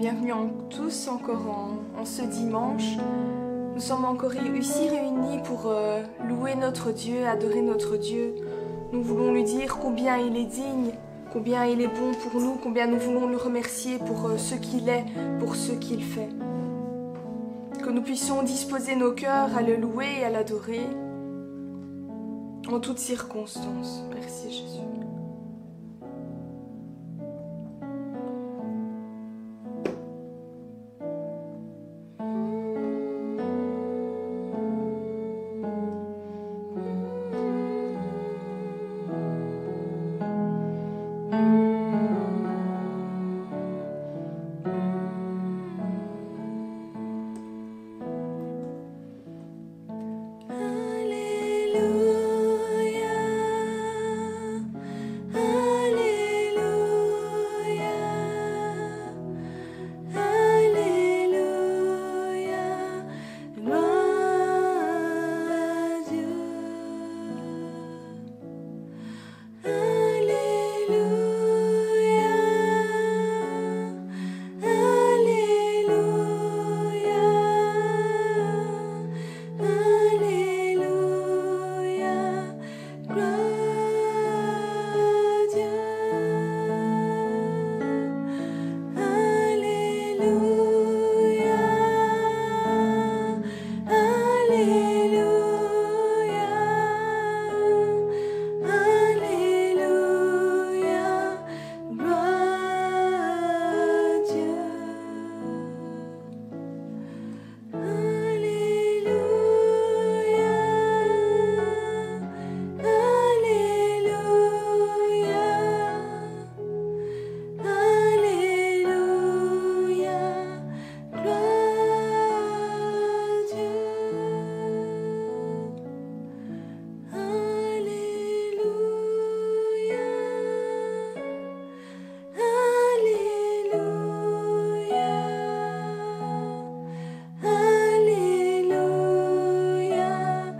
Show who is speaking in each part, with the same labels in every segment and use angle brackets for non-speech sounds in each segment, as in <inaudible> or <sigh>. Speaker 1: réunions tous encore en, en ce dimanche. Nous sommes encore ici réunis pour euh, louer notre Dieu, adorer notre Dieu. Nous voulons lui dire combien il est digne, combien il est bon pour nous, combien nous voulons le remercier pour euh, ce qu'il est, pour ce qu'il fait. Que nous puissions disposer nos cœurs à le louer et à l'adorer en toutes circonstances. Merci Jésus.
Speaker 2: Alléluia, Alléluia, Alléluia, gloire à Dieu. Alléluia, Alléluia. Alléluia, gloire à Dieu. Alléluia, Alléluia, Alléluia, gloire à Dieu. Alléluia, Alléluia, Alléluia, gloire à Dieu. Alléluia, Alléluia. Alléluia,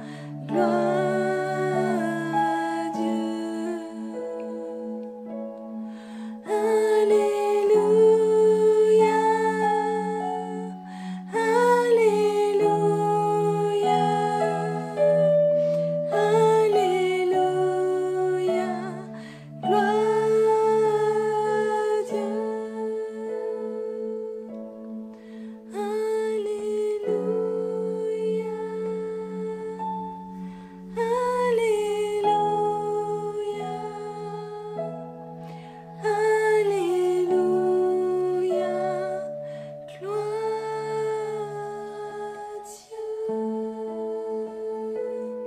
Speaker 2: gloire à Dieu. Alléluia, Alléluia, Alléluia, gloire à Dieu. Alléluia, Alléluia, Alléluia, gloire à Dieu.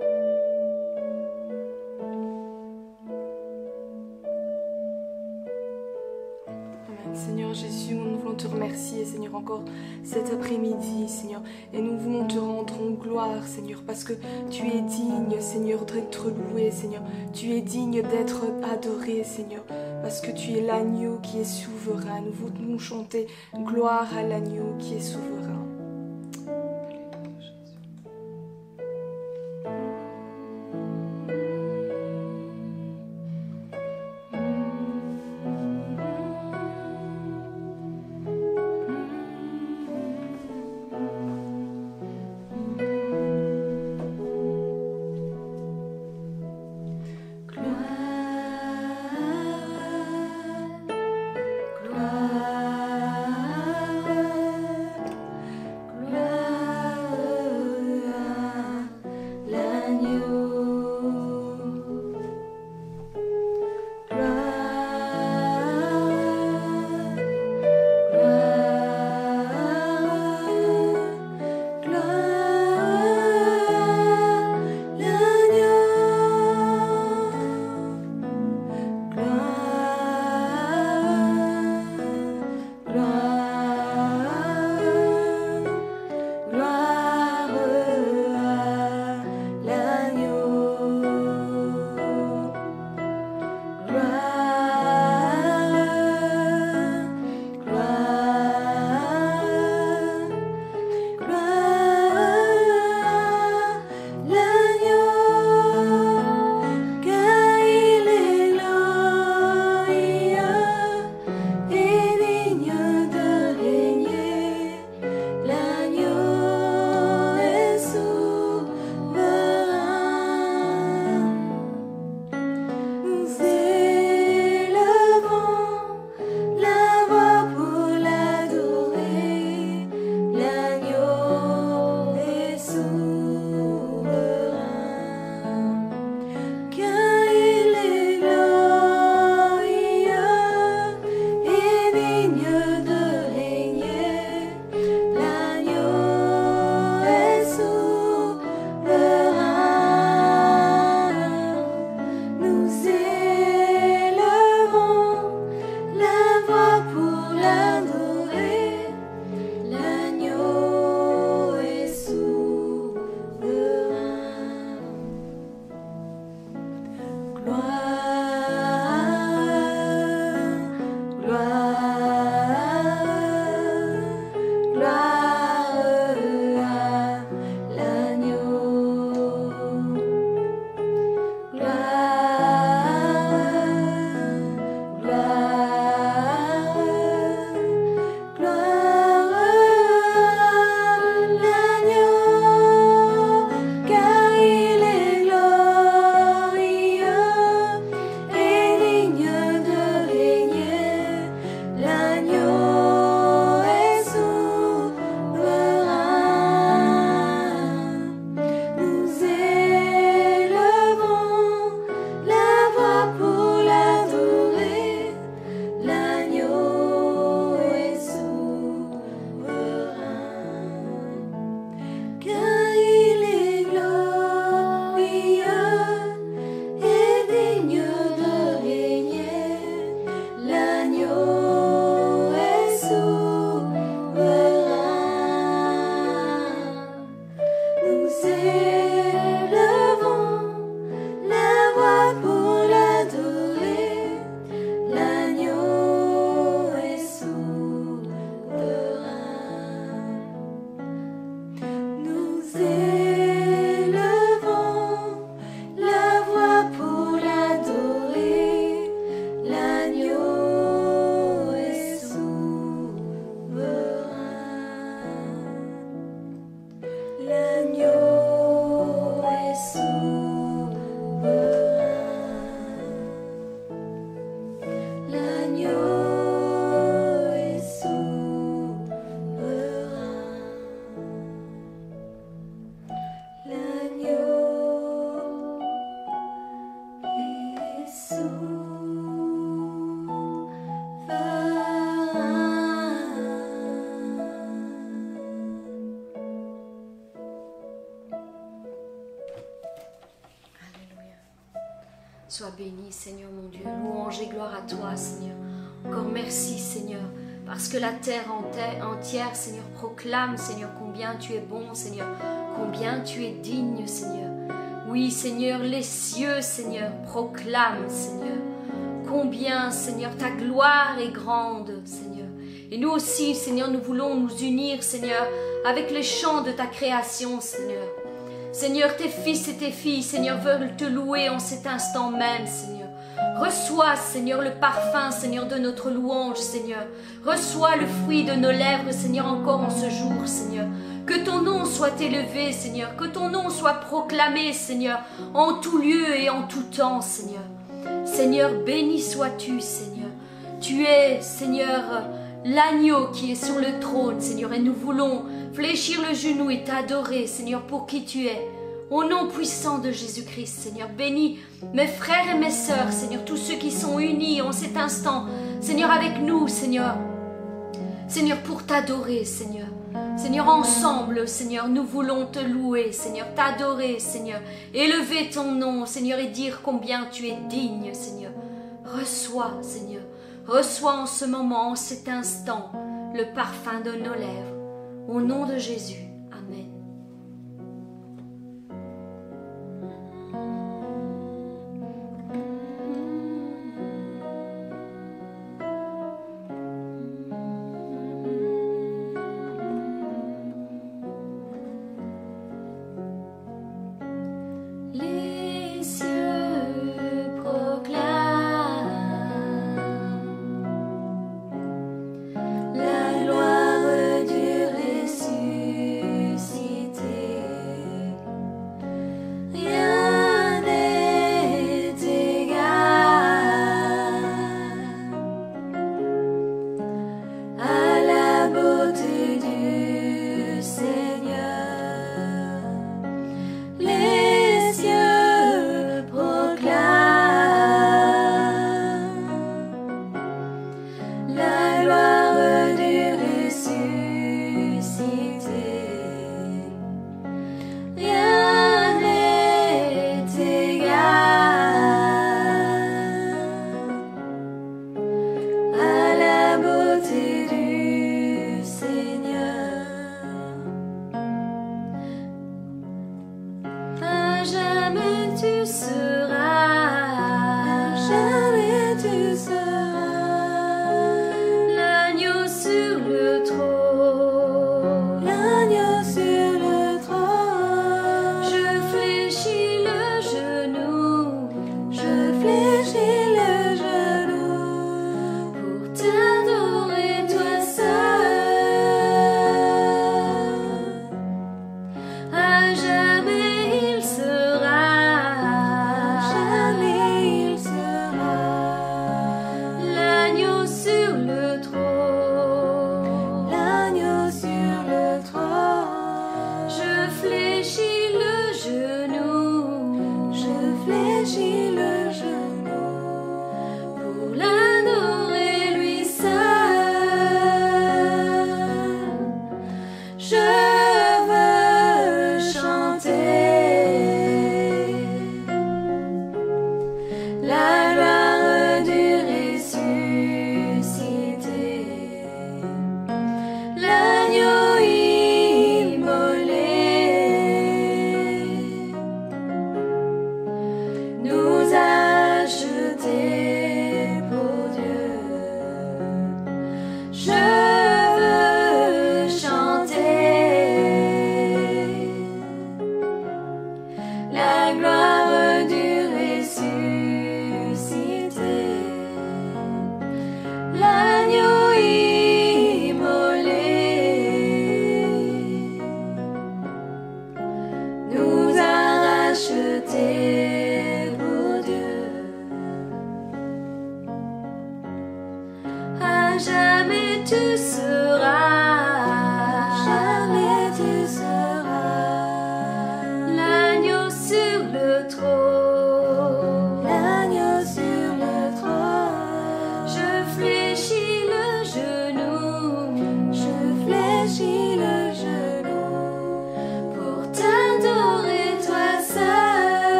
Speaker 1: Amen. Seigneur Jésus, nous voulons te remercier, Seigneur, encore cet après-midi, Seigneur. Et nous voulons te rendre en gloire, Seigneur, parce que tu es digne, Seigneur, d'être loué, Seigneur. Tu es digne d'être adoré, Seigneur, parce que tu es l'agneau qui est souverain. Nous voulons chanter gloire à l'agneau qui est souverain.
Speaker 2: Gloire, gloire,
Speaker 3: élevons la voix pour l'adorer. L'agneau est souverain. L'agneau est souverain. L'agneau est souverain. L'agneau est souverain.
Speaker 2: Alléluia. Sois béni, Seigneur mon Dieu. Louange et gloire à toi, Seigneur. Encore merci, Seigneur, parce que la terre ente- entière, Seigneur, proclame, Seigneur, combien tu es bon, Seigneur, combien tu es digne, Seigneur. Oui, Seigneur, les cieux, Seigneur, proclament, Seigneur, combien, Seigneur, ta gloire est grande, Seigneur. Et nous aussi, Seigneur, nous voulons nous unir, Seigneur, avec les chants de ta création, Seigneur. Seigneur, tes fils et tes filles, Seigneur, veulent te louer en cet instant même, Seigneur. Reçois, Seigneur, le parfum, Seigneur, de notre louange, Seigneur. Reçois le fruit de nos lèvres, Seigneur, encore en ce jour, Seigneur. Que ton nom soit élevé, Seigneur. Que ton nom soit proclamé, Seigneur, en tout lieu et en tout temps, Seigneur. Seigneur, béni sois-tu, Seigneur. Tu es, Seigneur, euh, l'agneau qui est sur le trône, Seigneur, et nous voulons fléchir le genou et t'adorer, Seigneur, pour qui tu es. Au nom puissant de Jésus-Christ, Seigneur, bénis mes frères et mes sœurs, Seigneur, tous ceux qui sont unis en cet instant, Seigneur, avec nous, Seigneur. Seigneur, pour t'adorer, Seigneur. Seigneur, ensemble, Seigneur, nous voulons te louer, Seigneur, t'adorer, Seigneur, élever ton nom, Seigneur, et dire combien tu es digne, Seigneur. Reçois, Seigneur, reçois en ce moment, en cet instant, le parfum de nos lèvres. Au nom de Jésus, Amen.
Speaker 3: Les cieux proclament la gloire du ressuscité.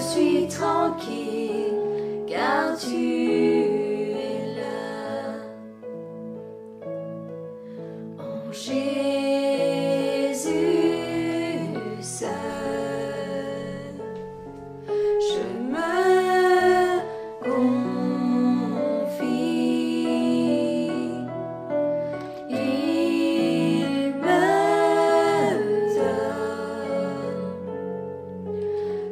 Speaker 2: suis tranquille, car tu es là. En Jésus seul, je me confie. Il me donne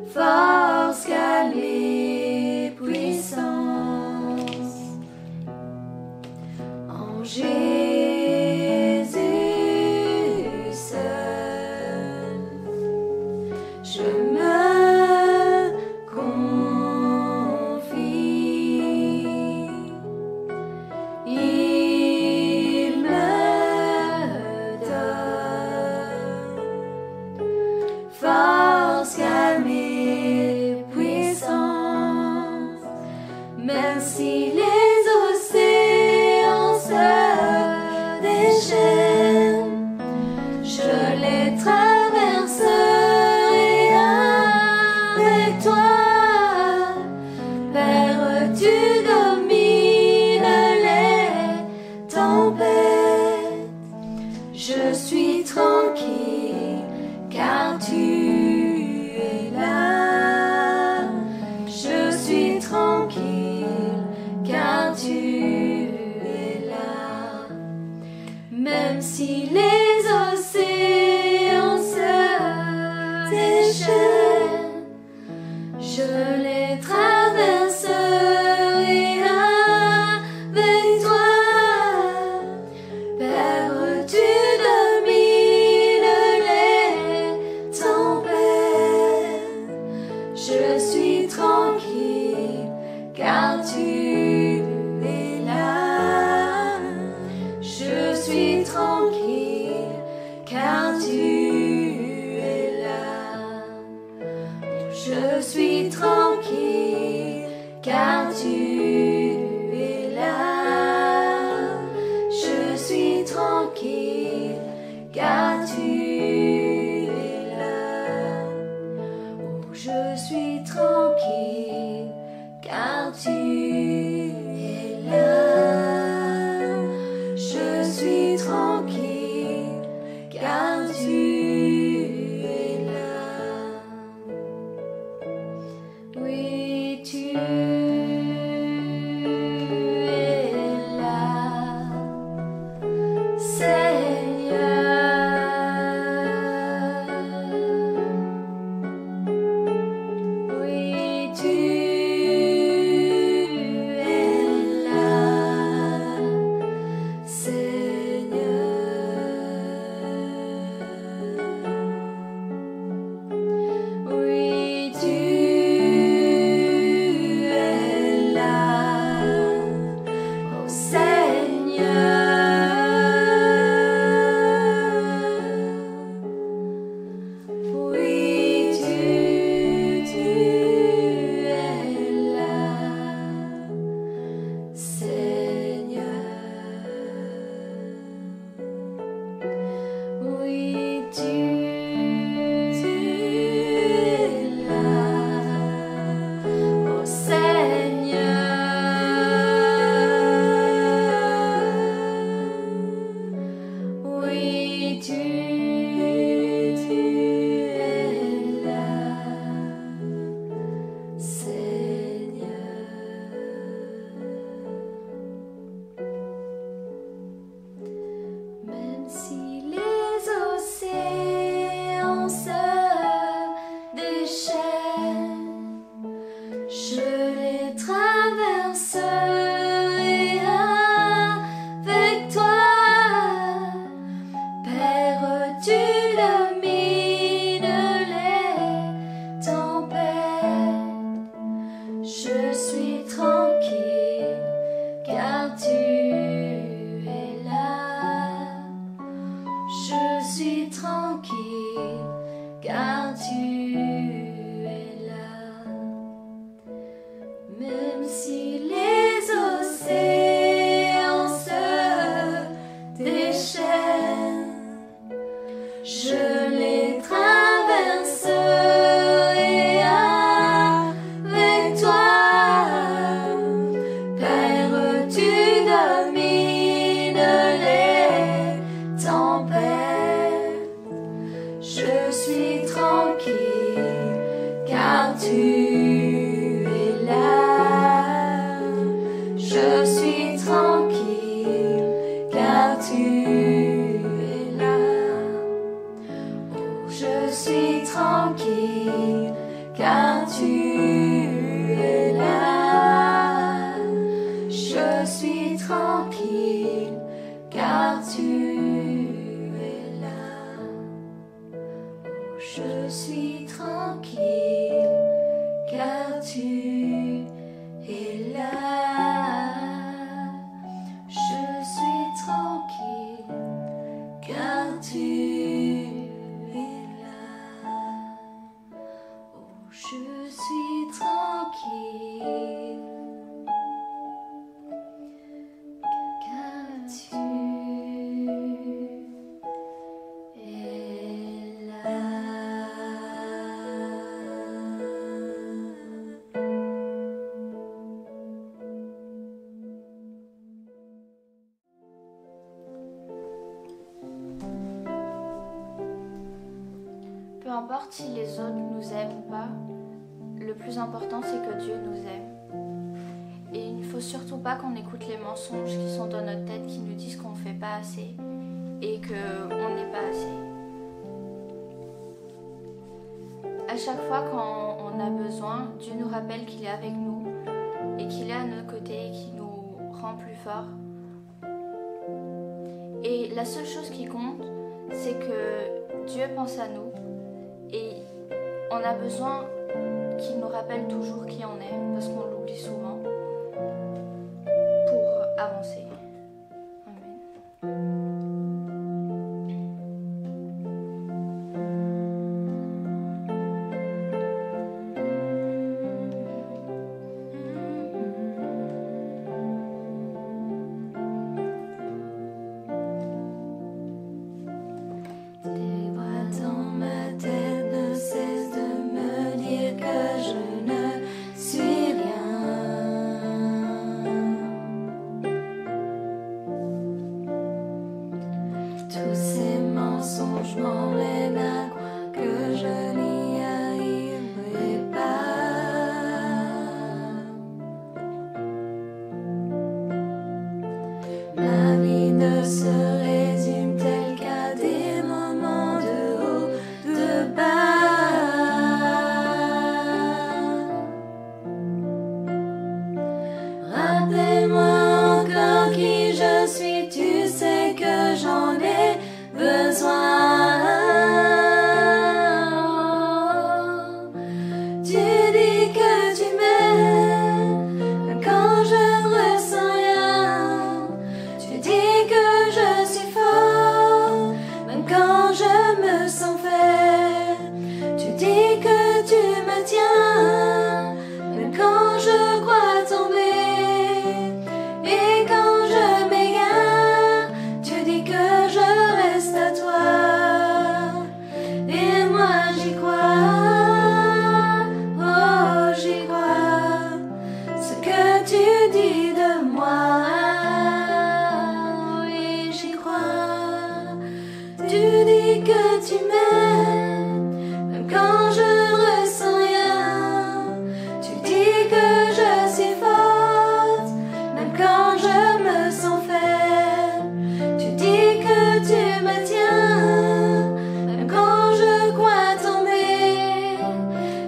Speaker 2: force, calme et puissance en Jésus seul. Je me confie. Il me donne force, calme et puissance, même si les océans se déchaînent, je les traverserai avec toi. Père, tu domines les tempêtes. Je suis tranquille car tu es là. Je suis tranquille car tu es là. Même si les océans se déchaînent, je les traverserai avec toi. Père, tu domines les tempêtes. Je suis tranquille car tu es là. Je suis tranquille car tu es là. Je suis tranquille car tu es là. Je suis tranquille car tu es là. Oh, je suis tranquille car tu es là. Je suis tranquille car tu es là. Oui, tu es là, Seigneur. Oui, tu es là, Seigneur. Oui, tu es là, oh Seigneur. Oui, tu, tu es là, Seigneur. Oui, tu, es là, oh Seigneur. Oui, tu, es là, Seigneur. Même si les océans se déchaînent, je les traverserai avec toi. Père, tu domines les tempêtes. Je suis tranquille car tu es là. Je suis tranquille, car tu es là. tu es là. Je suis tranquille car tu es là. Oh, je suis tranquille car tu es là. Je suis tranquille car tu es là. Je suis tranquille car tu es là. Je suis tranquille car tu es là. Oh, je suis tranquille car tu et là.
Speaker 4: Peu importe si les autres nous aiment ou pas, le plus important c'est que Dieu nous aime. Et il ne faut surtout pas qu'on écoute les mensonges qui sont dans notre tête qui nous disent qu'on ne fait pas assez et qu'on n'est pas assez. À chaque fois quand on a besoin, Dieu nous rappelle qu'il est avec nous et qu'il est à nos côtés et qu'il nous rend plus forts. Et la seule chose qui compte, c'est que Dieu pense à nous et on a besoin qu'il nous rappelle toujours qui on est, parce qu'on l'oublie souvent, pour avancer. Amen. Mm.
Speaker 2: Tes bras dans ma tête ne cessent de me dire que je ne suis rien. Tous ces mensonges m'emmènent à croire que je n'y arriverai pas. Ma vie ne se résume telle qu'à des moments de haut, de bas. Rappelle-moi encore qui je suis, tu sais que j'en ai besoin. Tu dis que tu m'aimes quand je ne ressens rien. Tu dis que je suis fort même quand je me sens faible. Tu dis que tu me tiens même quand je crois tomber. Et quand je m'égare, tu dis que je reste à toi. Et moi j'y crois, oh j'y crois, ce que tu dis de moi, oui j'y crois. Tu dis que tu m'aimes, même quand je ne ressens rien. Tu dis que je suis forte, même quand je me sens faible. Tu dis que tu me tiens, même quand je crois tomber.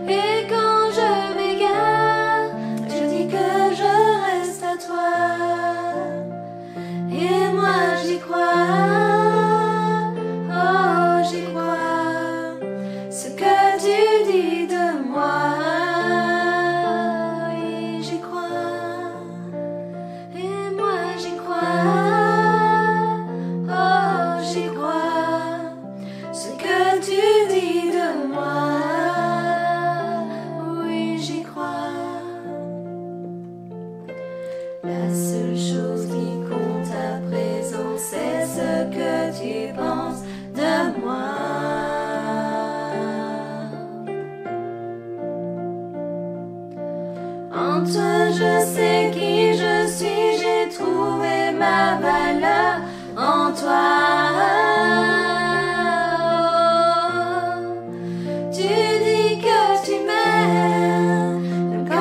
Speaker 2: Et quand je m'égare, tu dis que je reste à toi. Et moi j'y crois, oh j'y crois, ce que tu dis de moi, oui j'y crois, et moi j'y crois, oh j'y crois, ce que tu dis de moi, oui j'y crois. La seule chose qui compte à présent, c'est ce que tu penses de moi. En toi, je sais qui je suis, j'ai trouvé ma valeur en toi. Tu dis que tu m'aimes.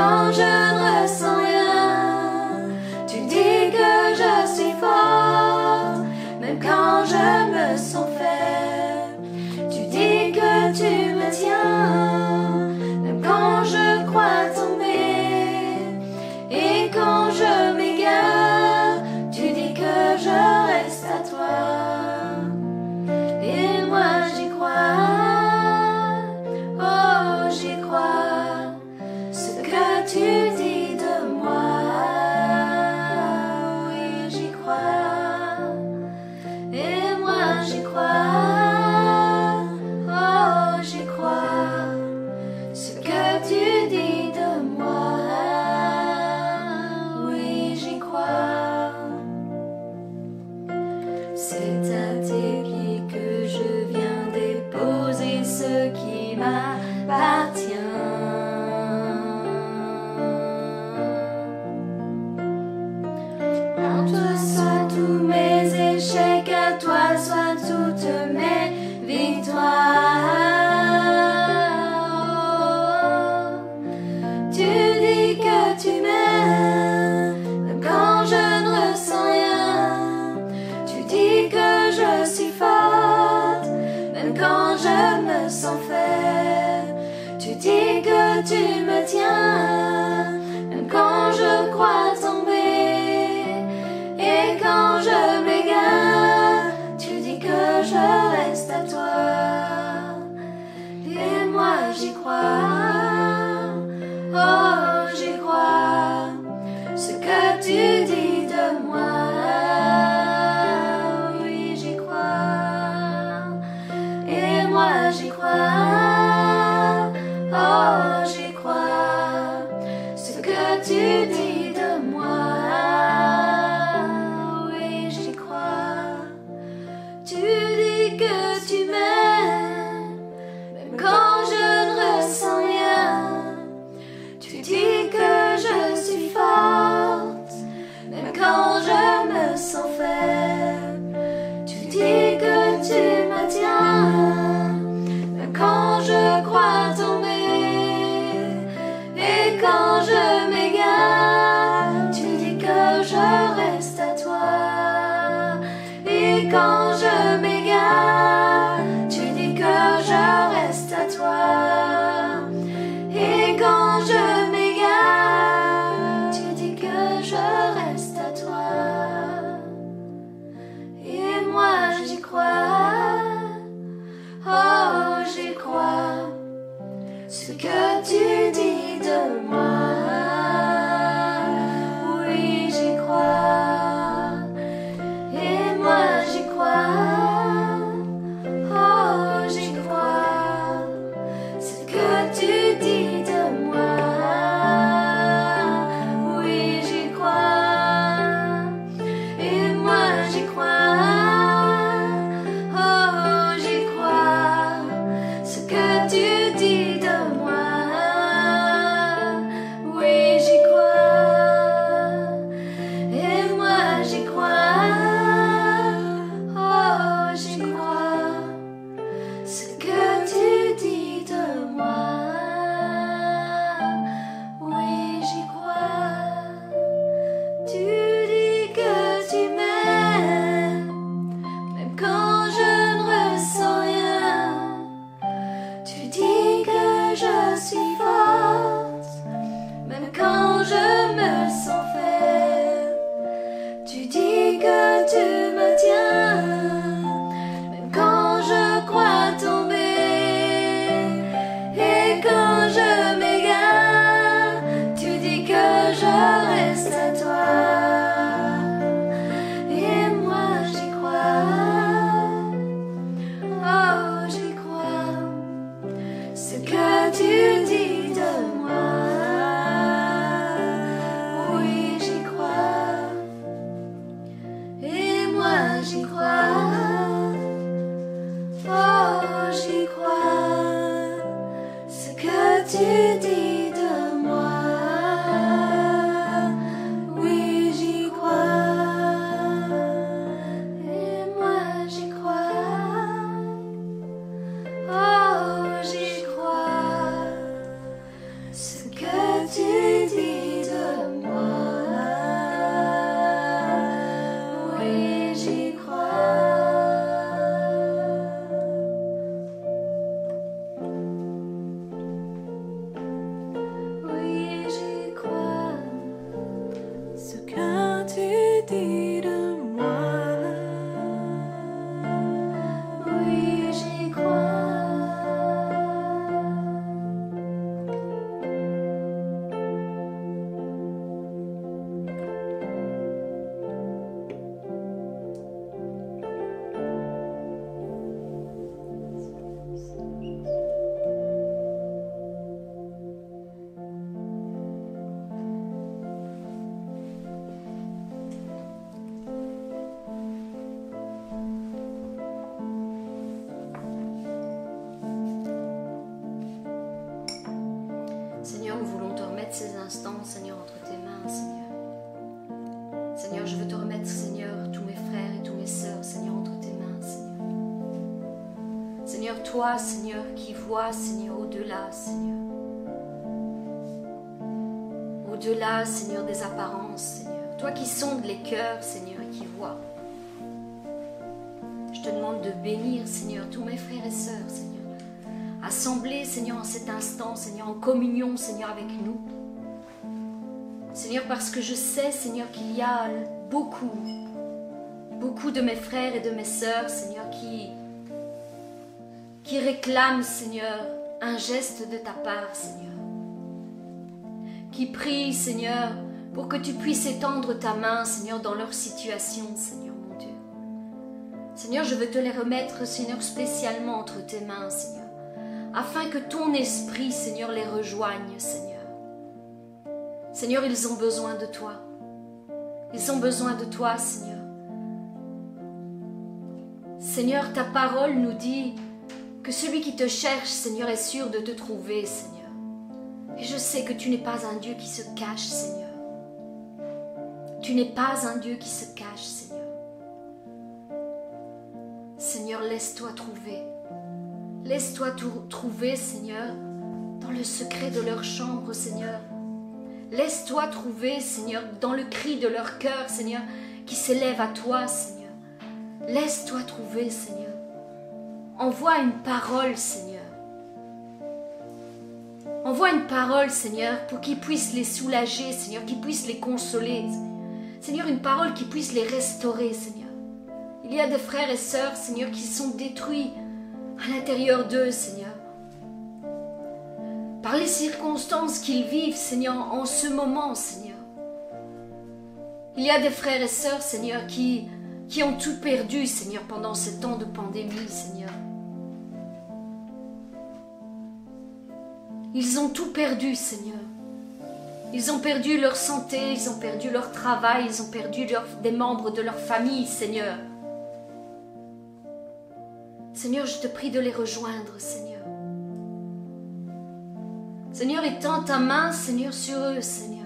Speaker 2: Oh, Oh, tu dis de moi. Oui, j'y crois. C'est à tes pieds que je viens déposer ce qui m'appartient. À toi soit tous mes échecs, à toi soit toutes mes victoires. Tu dis que tu m'aimes, même quand je ne ressens rien. Tu dis que je suis forte, même quand je me sens faible. Tu dis que tu me tiens, même quand je crois tomber. Et quand je m'égare, tu dis que je reste à toi. Et moi j'y crois, oh j'y crois. Ce que tu dis de moi, oui j'y crois. Et moi j'y crois, oh j'y crois. Oh, Oh, Oh, Oh, Oh, Oh, Oh, remettre ces instants, Seigneur, entre tes mains, Seigneur. Seigneur, je veux te remettre, Seigneur, tous mes frères et tous mes sœurs, Seigneur, entre tes mains, Seigneur. Seigneur, toi, Seigneur, qui vois, Seigneur, au-delà, Seigneur. Au-delà, Seigneur, des apparences, Seigneur. Toi qui sondes les cœurs, Seigneur, et qui vois. Je te demande de bénir, Seigneur, tous mes frères et sœurs, Seigneur. Assemblés, Seigneur, en cet instant, Seigneur, en communion, Seigneur, avec nous. Seigneur, parce que je sais, Seigneur, qu'il y a beaucoup, beaucoup de mes frères et de mes sœurs, Seigneur, qui, qui réclament, Seigneur, un geste de ta part, Seigneur. Qui prient, Seigneur, pour que tu puisses étendre ta main, Seigneur, dans leur situation, Seigneur, mon Dieu. Seigneur, je veux te les remettre, Seigneur, spécialement entre tes mains, Seigneur, afin que ton esprit, Seigneur, les rejoigne, Seigneur. Seigneur, ils ont besoin de toi. Ils ont besoin de toi, Seigneur. Seigneur, ta parole nous dit que celui qui te cherche, Seigneur, est sûr de te trouver, Seigneur. Et je sais que tu n'es pas un Dieu qui se cache, Seigneur. Tu n'es pas un Dieu qui se cache, Seigneur. Seigneur, laisse-toi trouver. Laisse-toi tou- trouver, Seigneur, dans le secret de leur chambre, Seigneur. Laisse-toi trouver, Seigneur, dans le cri de leur cœur, Seigneur, qui s'élève à toi, Seigneur. Laisse-toi trouver, Seigneur. Envoie une parole, Seigneur. Envoie une parole, Seigneur, pour qu'ils puissent les soulager, Seigneur, qu'ils puissent les consoler. Seigneur, une parole qui puisse les restaurer, Seigneur. Il y a des frères et sœurs, Seigneur, qui sont détruits à l'intérieur d'eux, Seigneur. Par les circonstances qu'ils vivent, Seigneur, en ce moment, Seigneur. Il y a des frères et sœurs, Seigneur, qui, qui ont tout perdu, Seigneur, pendant ce temps de pandémie, Seigneur. Ils ont tout perdu, Seigneur. Ils ont perdu leur santé, ils ont perdu leur travail, ils ont perdu leur- des membres de leur famille, Seigneur. Seigneur, je te prie de les rejoindre, Seigneur. Seigneur, étends ta main, Seigneur, sur eux, Seigneur.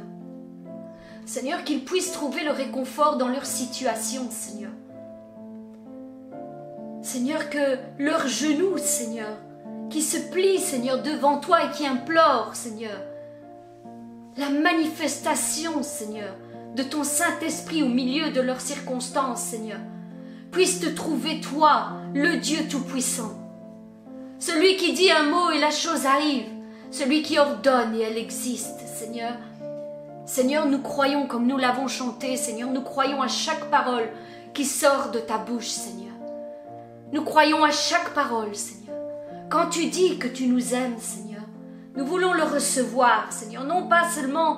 Speaker 2: Seigneur, qu'ils puissent trouver le réconfort dans leur situation, Seigneur. Seigneur, que leurs genoux, Seigneur, qui se plient, Seigneur, devant toi et qui implorent, Seigneur, la manifestation, Seigneur, de ton Saint-Esprit au milieu de leurs circonstances, Seigneur, puisse te trouver, toi, le Dieu Tout-Puissant. Celui qui dit un mot et la chose arrive, celui qui ordonne et elle existe, Seigneur. Seigneur, nous croyons comme nous l'avons chanté, Seigneur, nous croyons à chaque parole qui sort de ta bouche, Seigneur. Nous croyons à chaque parole, Seigneur. Quand tu dis que tu nous aimes, Seigneur, nous voulons le recevoir, Seigneur, non pas seulement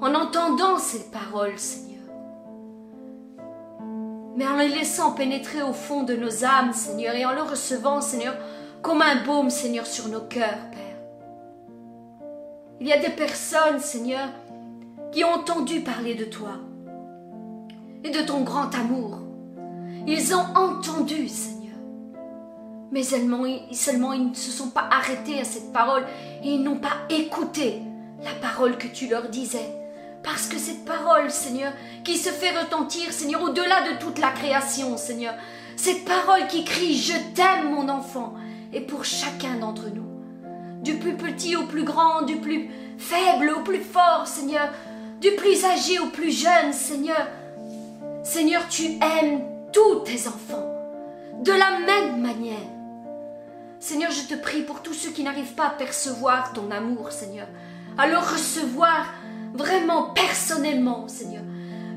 Speaker 2: en entendant ces paroles, Seigneur, mais en les laissant pénétrer au fond de nos âmes, Seigneur, et en le recevant, Seigneur, comme un baume, Seigneur, sur nos cœurs, Père. Il y a des personnes, Seigneur, qui ont entendu parler de toi et de ton grand amour. Ils ont entendu, Seigneur. Mais seulement, seulement ils ne se sont pas arrêtés à cette parole et ils n'ont pas écouté la parole que tu leur disais. Parce que cette parole, Seigneur, qui se fait retentir, Seigneur, au-delà de toute la création, Seigneur, cette parole qui crie ⁇ Je t'aime, mon enfant ⁇ est pour chacun d'entre nous. Du plus petit au plus grand, du plus faible au plus fort, Seigneur, du plus âgé au plus jeune, Seigneur. Seigneur, tu aimes tous tes enfants de la même manière. Seigneur, je te prie pour tous ceux qui n'arrivent pas à percevoir ton amour, Seigneur, à le recevoir vraiment personnellement, Seigneur.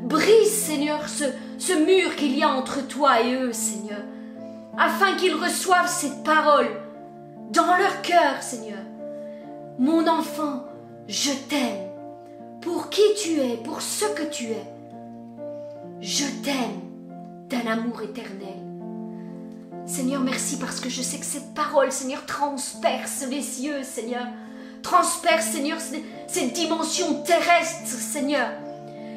Speaker 2: Brise, Seigneur, ce, ce mur qu'il y a entre toi et eux, Seigneur, afin qu'ils reçoivent cette parole dans leur cœur, Seigneur. Mon enfant, je t'aime pour qui tu es, pour ce que tu es. Je t'aime d'un amour éternel. Seigneur, merci parce que je sais que cette parole, Seigneur, transperce les cieux, Seigneur. Transperce, Seigneur, c- cette dimension terrestre, Seigneur.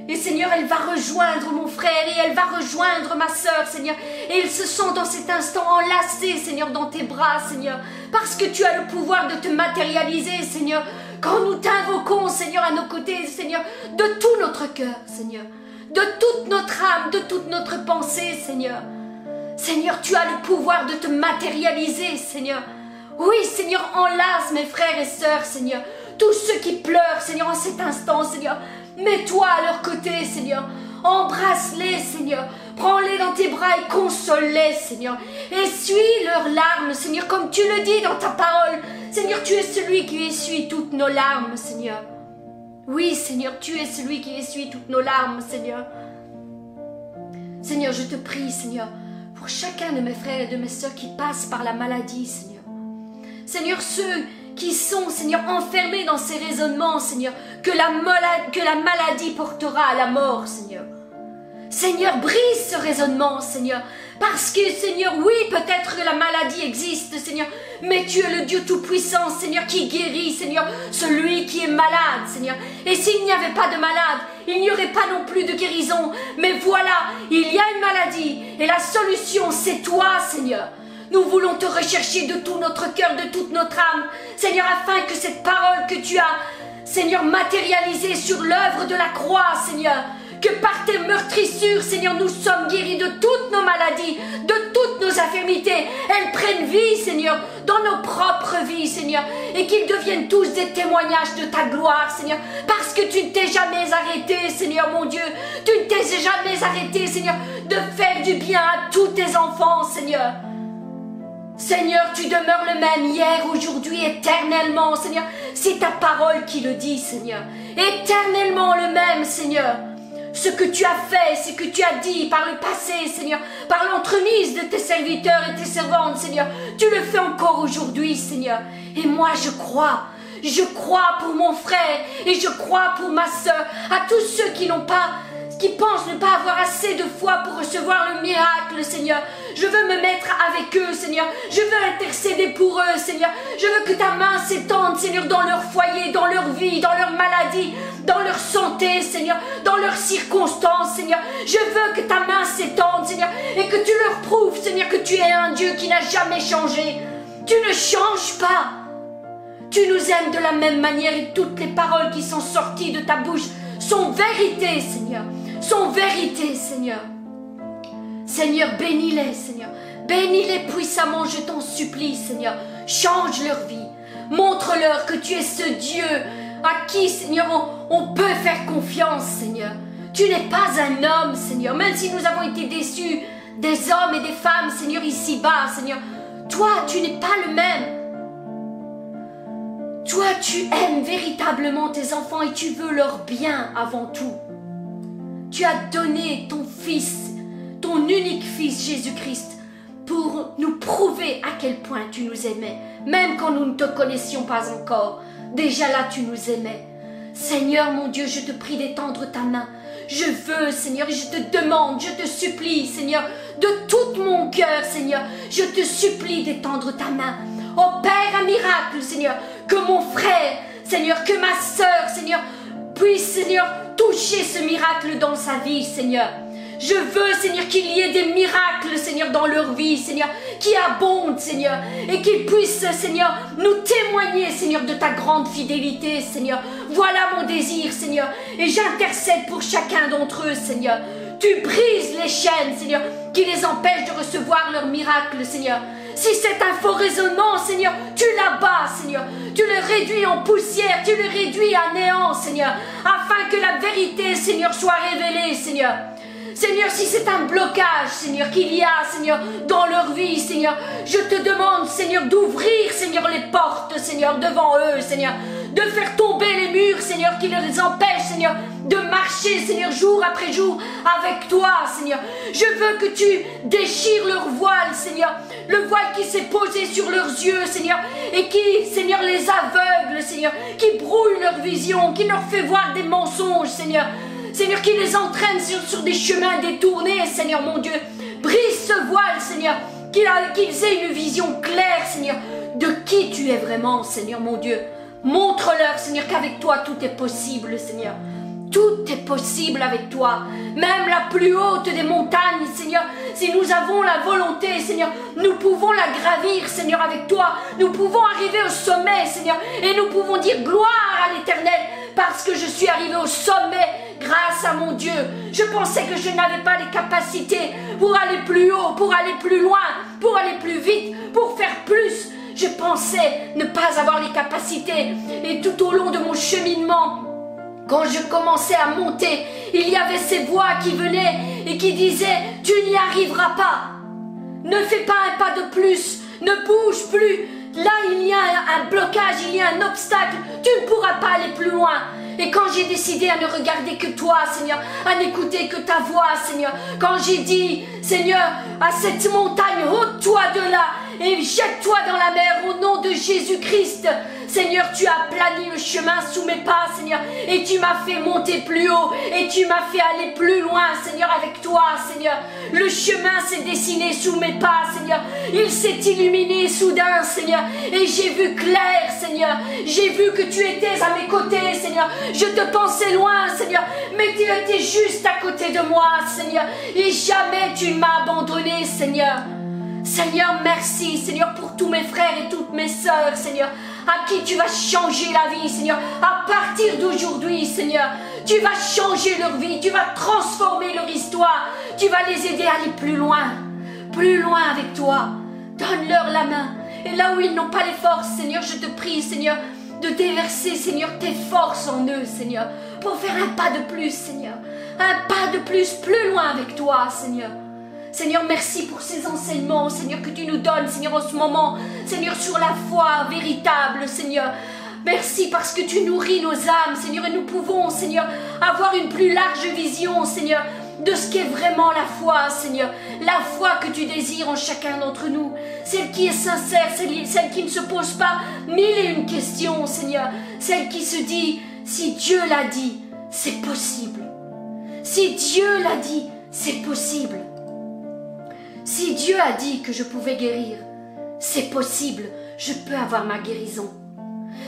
Speaker 2: Et Seigneur, elle va rejoindre mon frère et elle va rejoindre ma sœur, Seigneur. Et ils se sont dans cet instant enlacés, Seigneur, dans tes bras, Seigneur. Parce que tu as le pouvoir de te matérialiser, Seigneur. quand nous t'invoquons, Seigneur, à nos côtés, Seigneur, de tout notre cœur, Seigneur, de toute notre âme, de toute notre pensée, Seigneur. Seigneur, tu as le pouvoir de te matérialiser, Seigneur. Oui, Seigneur, enlace mes frères et sœurs, Seigneur. Tous ceux qui pleurent, Seigneur, en cet instant, Seigneur. Mets-toi à leur côté, Seigneur. Embrasse-les, Seigneur. Prends-les dans tes bras et console-les, Seigneur. Essuie leurs larmes, Seigneur, comme tu le dis dans ta parole. Seigneur, tu es celui qui essuie toutes nos larmes, Seigneur. Oui, Seigneur, tu es celui qui essuie toutes nos larmes, Seigneur. Seigneur, je te prie, Seigneur, pour chacun de mes frères et de mes sœurs qui passent par la maladie, Seigneur. Seigneur, ceux qui sont, Seigneur, enfermés dans ces raisonnements, Seigneur, que la, mola- que la maladie portera à la mort, Seigneur. Seigneur, brise ce raisonnement, Seigneur. Parce que, Seigneur, oui, peut-être que la maladie existe, Seigneur. Mais tu es le Dieu Tout-Puissant, Seigneur, qui guérit, Seigneur, celui qui est malade, Seigneur. Et s'il n'y avait pas de malade, il n'y aurait pas non plus de guérison. Mais voilà, il y a une maladie. Et la solution, c'est toi, Seigneur. Nous voulons te rechercher de tout notre cœur, de toute notre âme, Seigneur, afin que cette parole que tu as, Seigneur, matérialisée sur l'œuvre de la croix, Seigneur, que par tes meurtrissures, Seigneur, nous sommes guéris de toutes nos maladies, de toutes nos infirmités. Elles prennent vie, Seigneur, dans nos propres vies, Seigneur, et qu'ils deviennent tous des témoignages de ta gloire, Seigneur, parce que tu ne t'es jamais arrêté, Seigneur mon Dieu. Tu ne t'es jamais arrêté, Seigneur, de faire du bien à tous tes enfants, Seigneur. Seigneur, tu demeures le même hier, aujourd'hui, éternellement, Seigneur. C'est ta parole qui le dit, Seigneur. Éternellement le même, Seigneur. Ce que tu as fait, ce que tu as dit par le passé, Seigneur, par l'entremise de tes serviteurs et tes servantes, Seigneur, tu le fais encore aujourd'hui, Seigneur. Et moi, je crois. Je crois pour mon frère et je crois pour ma sœur, à tous ceux qui n'ont pas qui pensent ne pas avoir assez de foi pour recevoir le miracle, Seigneur. Je veux me mettre avec eux, Seigneur. Je veux intercéder pour eux, Seigneur. Je veux que ta main s'étende, Seigneur, dans leur foyer, dans leur vie, dans leur maladie, dans leur santé, Seigneur, dans leurs circonstances, Seigneur. Je veux que ta main s'étende, Seigneur, et que tu leur prouves, Seigneur, que tu es un Dieu qui n'a jamais changé. Tu ne changes pas. Tu nous aimes de la même manière et toutes les paroles qui sont sorties de ta bouche sont vérité, Seigneur. Sont vérité, Seigneur. Seigneur, bénis-les, Seigneur. Bénis-les puissamment, je t'en supplie, Seigneur. Change leur vie. Montre-leur que tu es ce Dieu à qui, Seigneur, on, on peut faire confiance, Seigneur. Tu n'es pas un homme, Seigneur. Même si nous avons été déçus des hommes et des femmes, Seigneur, ici-bas, Seigneur. Toi, tu n'es pas le même. Toi, tu aimes véritablement tes enfants et tu veux leur bien avant tout. Tu as donné ton Fils, ton unique Fils Jésus-Christ, pour nous prouver à quel point tu nous aimais, même quand nous ne te connaissions pas encore. Déjà là, tu nous aimais. Seigneur mon Dieu, je te prie d'étendre ta main. Je veux, Seigneur, je te demande, je te supplie, Seigneur, de tout mon cœur, Seigneur, je te supplie d'étendre ta main. Opère un miracle, Seigneur, que mon frère, Seigneur, que ma sœur, Seigneur, puisse, Seigneur, toucher ce miracle dans sa vie, Seigneur. Je veux, Seigneur, qu'il y ait des miracles, Seigneur, dans leur vie, Seigneur, qui abondent, Seigneur, et qu'ils puissent, Seigneur, nous témoigner, Seigneur, de ta grande fidélité, Seigneur. Voilà mon désir, Seigneur, et j'intercède pour chacun d'entre eux, Seigneur. Tu brises les chaînes, Seigneur, qui les empêchent de recevoir leur miracle, Seigneur. Si c'est un faux raisonnement, Seigneur, tu l'abats, Seigneur. Tu le réduis en poussière, tu le réduis à néant, Seigneur, afin que la vérité, Seigneur, soit révélée, Seigneur. Seigneur, si c'est un blocage, Seigneur, qu'il y a, Seigneur, dans leur vie, Seigneur, je te demande, Seigneur, d'ouvrir, Seigneur, les portes, Seigneur, devant eux, Seigneur, de faire tomber les murs, Seigneur, qui les empêchent, Seigneur, de marcher, Seigneur, jour après jour avec toi, Seigneur. Je veux que tu déchires leur voile, Seigneur, le voile qui s'est posé sur leurs yeux, Seigneur, et qui, Seigneur, les aveugle, Seigneur, qui brouille leur vision, qui leur fait voir des mensonges, Seigneur. Seigneur, qui les entraîne sur, sur des chemins détournés, Seigneur mon Dieu. Brise ce voile, Seigneur, qu'il a- qu'ils aient une vision claire, Seigneur, de qui tu es vraiment, Seigneur mon Dieu. Montre-leur, Seigneur, qu'avec toi tout est possible, Seigneur. Tout est possible avec toi, même la plus haute des montagnes, Seigneur. Si nous avons la volonté, Seigneur, nous pouvons la gravir, Seigneur, avec toi. Nous pouvons arriver au sommet, Seigneur, et nous pouvons dire gloire à l'Éternel, parce que je suis arrivé au sommet grâce à mon Dieu. Je pensais que je n'avais pas les capacités pour aller plus haut, pour aller plus loin, pour aller plus vite, pour faire plus. Je pensais ne pas avoir les capacités, et tout au long de mon cheminement, quand je commençais à monter, il y avait ces voix qui venaient et qui disaient Tu n'y arriveras pas. Ne fais pas un pas de plus. Ne bouge plus. Là, il y a un, un blocage, il y a un obstacle. Tu ne pourras pas aller plus loin. Et quand j'ai décidé à ne regarder que toi, Seigneur, à n'écouter que ta voix, Seigneur, quand j'ai dit, Seigneur, à cette montagne, ôte-toi de là et jette-toi dans la mer au nom de Jésus-Christ, Seigneur, tu as aplani le chemin sous mes pas, Seigneur, et tu m'as fait monter plus haut, et tu m'as fait aller plus loin, Seigneur, avec toi, Seigneur. Le chemin s'est dessiné sous mes pas, Seigneur. Il s'est illuminé soudain, Seigneur, et j'ai vu clair, Seigneur. J'ai vu que tu étais à mes côtés, Seigneur. Je te pensais loin, Seigneur, mais tu étais juste à côté de moi, Seigneur, et jamais tu ne m'as abandonné, Seigneur. Seigneur, merci, Seigneur, pour tous mes frères et toutes mes sœurs, Seigneur, à qui tu vas changer la vie, Seigneur, à partir d'aujourd'hui, Seigneur. Tu vas changer leur vie, tu vas transformer leur histoire, tu vas les aider à aller plus loin, plus loin avec toi. Donne-leur la main. Et là où ils n'ont pas les forces, Seigneur, je te prie, Seigneur, de déverser, Seigneur, tes forces en eux, Seigneur, pour faire un pas de plus, Seigneur, un pas de plus, plus loin avec toi, Seigneur. Seigneur, merci pour ces enseignements, Seigneur, que tu nous donnes, Seigneur, en ce moment, Seigneur, sur la foi véritable, Seigneur. Merci parce que tu nourris nos âmes, Seigneur, et nous pouvons, Seigneur, avoir une plus large vision, Seigneur, de ce qu'est vraiment la foi, Seigneur. La foi que tu désires en chacun d'entre nous. Celle qui est sincère, celle, celle qui ne se pose pas mille et une questions, Seigneur. Celle qui se dit, si Dieu l'a dit, c'est possible. Si Dieu l'a dit, c'est possible. Si Dieu a dit que je pouvais guérir, c'est possible, je peux avoir ma guérison.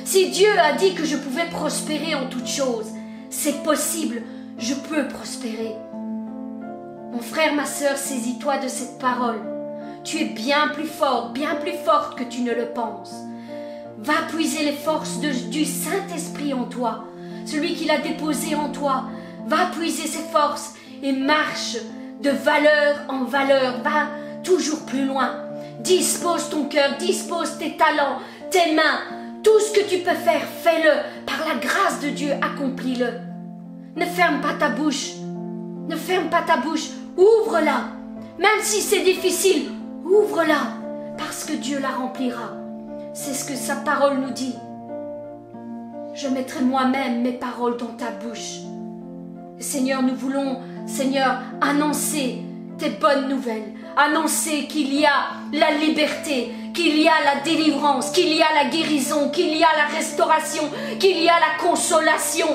Speaker 2: Si Dieu a dit que je pouvais prospérer en toutes choses, c'est possible, je peux prospérer. Mon frère, ma sœur, saisis-toi de cette parole. Tu es bien plus fort, bien plus forte que tu ne le penses. Va puiser les forces de- du Saint-Esprit en toi, celui qu'il a déposé en toi. Va puiser ses forces et marche de valeur en valeur. Va toujours plus loin. Dispose ton cœur, dispose tes talents, tes mains. Tout ce que tu peux faire, fais-le. Par la grâce de Dieu, accomplis-le. Ne ferme pas ta bouche. Ne ferme pas ta bouche. Ouvre-la. Même si c'est difficile, ouvre-la. Parce que Dieu la remplira. C'est ce que sa parole nous dit. Je mettrai moi-même mes paroles dans ta bouche. Seigneur, nous voulons, Seigneur, annoncer tes bonnes nouvelles, annoncer qu'il y a la liberté, qu'il y a la délivrance, qu'il y a la guérison, qu'il y a la restauration, qu'il y a la consolation.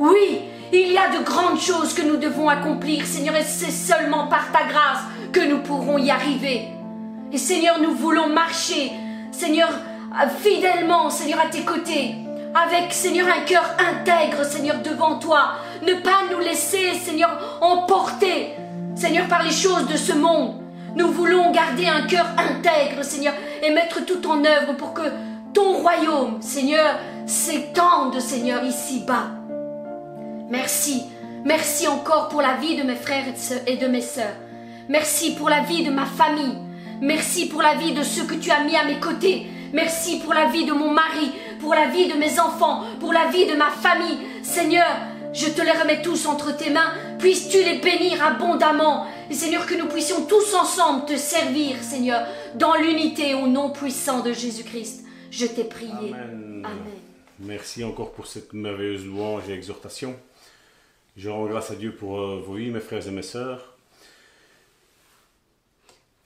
Speaker 2: Oui, il y a de grandes choses que nous devons accomplir, Seigneur, et c'est seulement par ta grâce que nous pourrons y arriver. Et Seigneur, nous voulons marcher, Seigneur, fidèlement, Seigneur, à tes côtés, avec, Seigneur, un cœur intègre, Seigneur, devant toi. Ne pas nous laisser, Seigneur, emporter, Seigneur, par les choses de ce monde. Nous voulons garder un cœur intègre, Seigneur, et mettre tout en œuvre pour que ton royaume, Seigneur, s'étende, Seigneur, ici-bas. Merci. Merci encore pour la vie de mes frères et de sœurs- et de mes sœurs. Merci pour la vie de ma famille. Merci pour la vie de ceux que tu as mis à mes côtés. Merci pour la vie de mon mari, pour la vie de mes enfants, pour la vie de ma famille. Seigneur, je te les remets tous entre tes mains. Puisses-tu les bénir abondamment. Et Seigneur, que nous puissions tous ensemble te servir, Seigneur, dans l'unité au nom puissant de Jésus-Christ. Je t'ai prié.
Speaker 5: Amen.
Speaker 2: Amen.
Speaker 5: Merci encore pour cette merveilleuse louange et exhortation. Je rends grâce à Dieu pour euh, vos vies, mes frères et mes sœurs.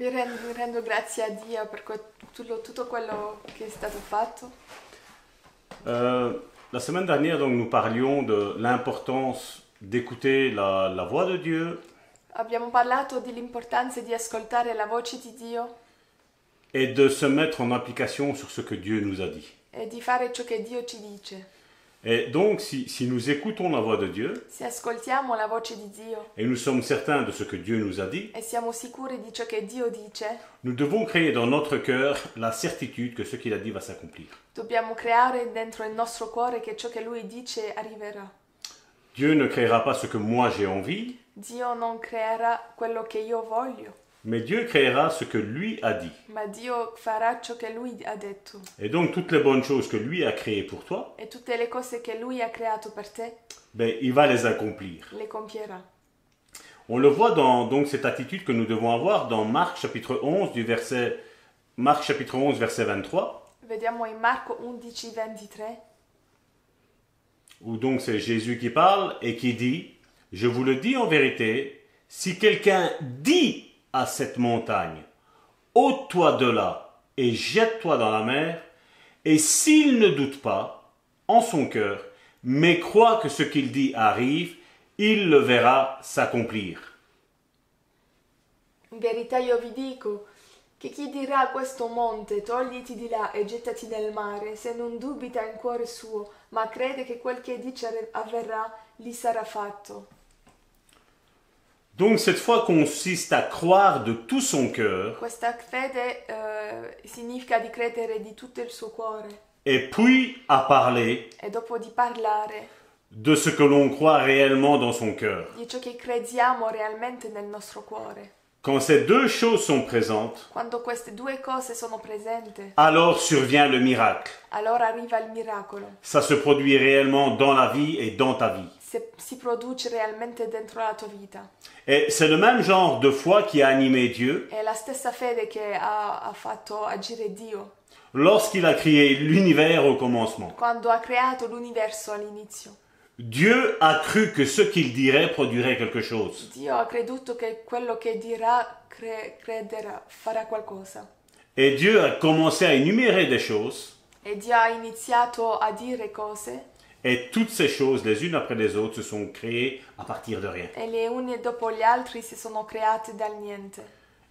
Speaker 1: Vi rendo, vi rendo grazie a Dio per que- tutto, tutto quello che è stato fatto.
Speaker 5: Euh, la semaine dernière, donc, nous parlions de l'importance d'écouter la, la voix de Dieu
Speaker 1: Abbiamo parlato dell'importanza di ascoltare la voce di Dio
Speaker 5: et de se mettre en application sur ce que Dieu nous a dit.
Speaker 1: e di fare ciò che Dio ci dice.
Speaker 5: Et donc, si, si nous écoutons la voix de Dieu
Speaker 1: Se ascoltiamo la voce di Dio
Speaker 5: et nous sommes certains de ce que Dieu nous a dit,
Speaker 1: e siamo sicuri di ciò che Dio dice,
Speaker 5: nous devons créer dans notre cœur la certitude que ce qu'il a dit va s'accomplir.
Speaker 1: dobbiamo creare dentro il nostro cuore che ciò che Lui dice arriverà.
Speaker 5: Dieu ne créera pas ce que moi j'ai envie,
Speaker 1: Dio non creerà quello che io voglio,
Speaker 5: mais Dieu créera ce que lui a dit.
Speaker 1: ma Dio farà ciò che Lui ha detto.
Speaker 5: Et donc, toutes les bonnes choses que lui a créées pour toi,
Speaker 1: E tutte le cose che Lui ha creato per te
Speaker 5: ben, il va les accomplir.
Speaker 1: le compierà.
Speaker 5: On le voit dans donc, cette attitude que nous devons avoir dans Marc chapitre 11, du verset, Marc chapitre 11, verset 23.
Speaker 1: Vediamo in Marco 11, 23.
Speaker 5: où donc c'est Jésus qui parle et qui dit, je vous le dis en vérité, si quelqu'un dit à cette montagne, ôte-toi de là et jette-toi dans la mer, et s'il ne doute pas en son cœur, mais croit que ce qu'il dit arrive, il le verra s'accomplir.
Speaker 1: In verità io vi dico che chi dirà a questo monte togliti di là e gettati nel mare, se non dubita in cuore suo, ma crede che quel che dice arre- avverrà, gli sarà fatto.
Speaker 5: Donc cette foi consiste à croire de tout son cœur
Speaker 1: Questa fede eh, significa di credere di tutto il suo cuore
Speaker 5: et puis à parler
Speaker 1: e dopo di parlare
Speaker 5: de ce que l'on croit réellement dans son cœur.
Speaker 1: di ciò che crediamo realmente nel nostro cuore.
Speaker 5: Quand ces deux choses sont présentes,
Speaker 1: Quando queste due cose sono presenti,
Speaker 5: alors survient le miracle.
Speaker 1: allora arriva il miracolo.
Speaker 5: Ça se produit réellement dans la vie et dans ta vie.
Speaker 1: Se si produce realmente dentro la tua vita.
Speaker 5: Et c'est le même genre de foi qui a animé Dieu
Speaker 1: È la stessa fede che ha, ha fatto agire Dio
Speaker 5: lorsqu'il a créé l'univers au commencement.
Speaker 1: quando ha creato l'universo all'inizio.
Speaker 5: Dieu a cru que ce qu'il dirait produirait quelque chose.
Speaker 1: Dio ha creduto che quello che dirà cre- crederà, farà qualcosa.
Speaker 5: Et Dieu a commencé à énumérer des choses,
Speaker 1: E Dio ha iniziato a dire cose
Speaker 5: et toutes ces choses, les unes après les autres, se sont créées à partir de rien.
Speaker 1: e le une dopo le altre si sono create dal niente.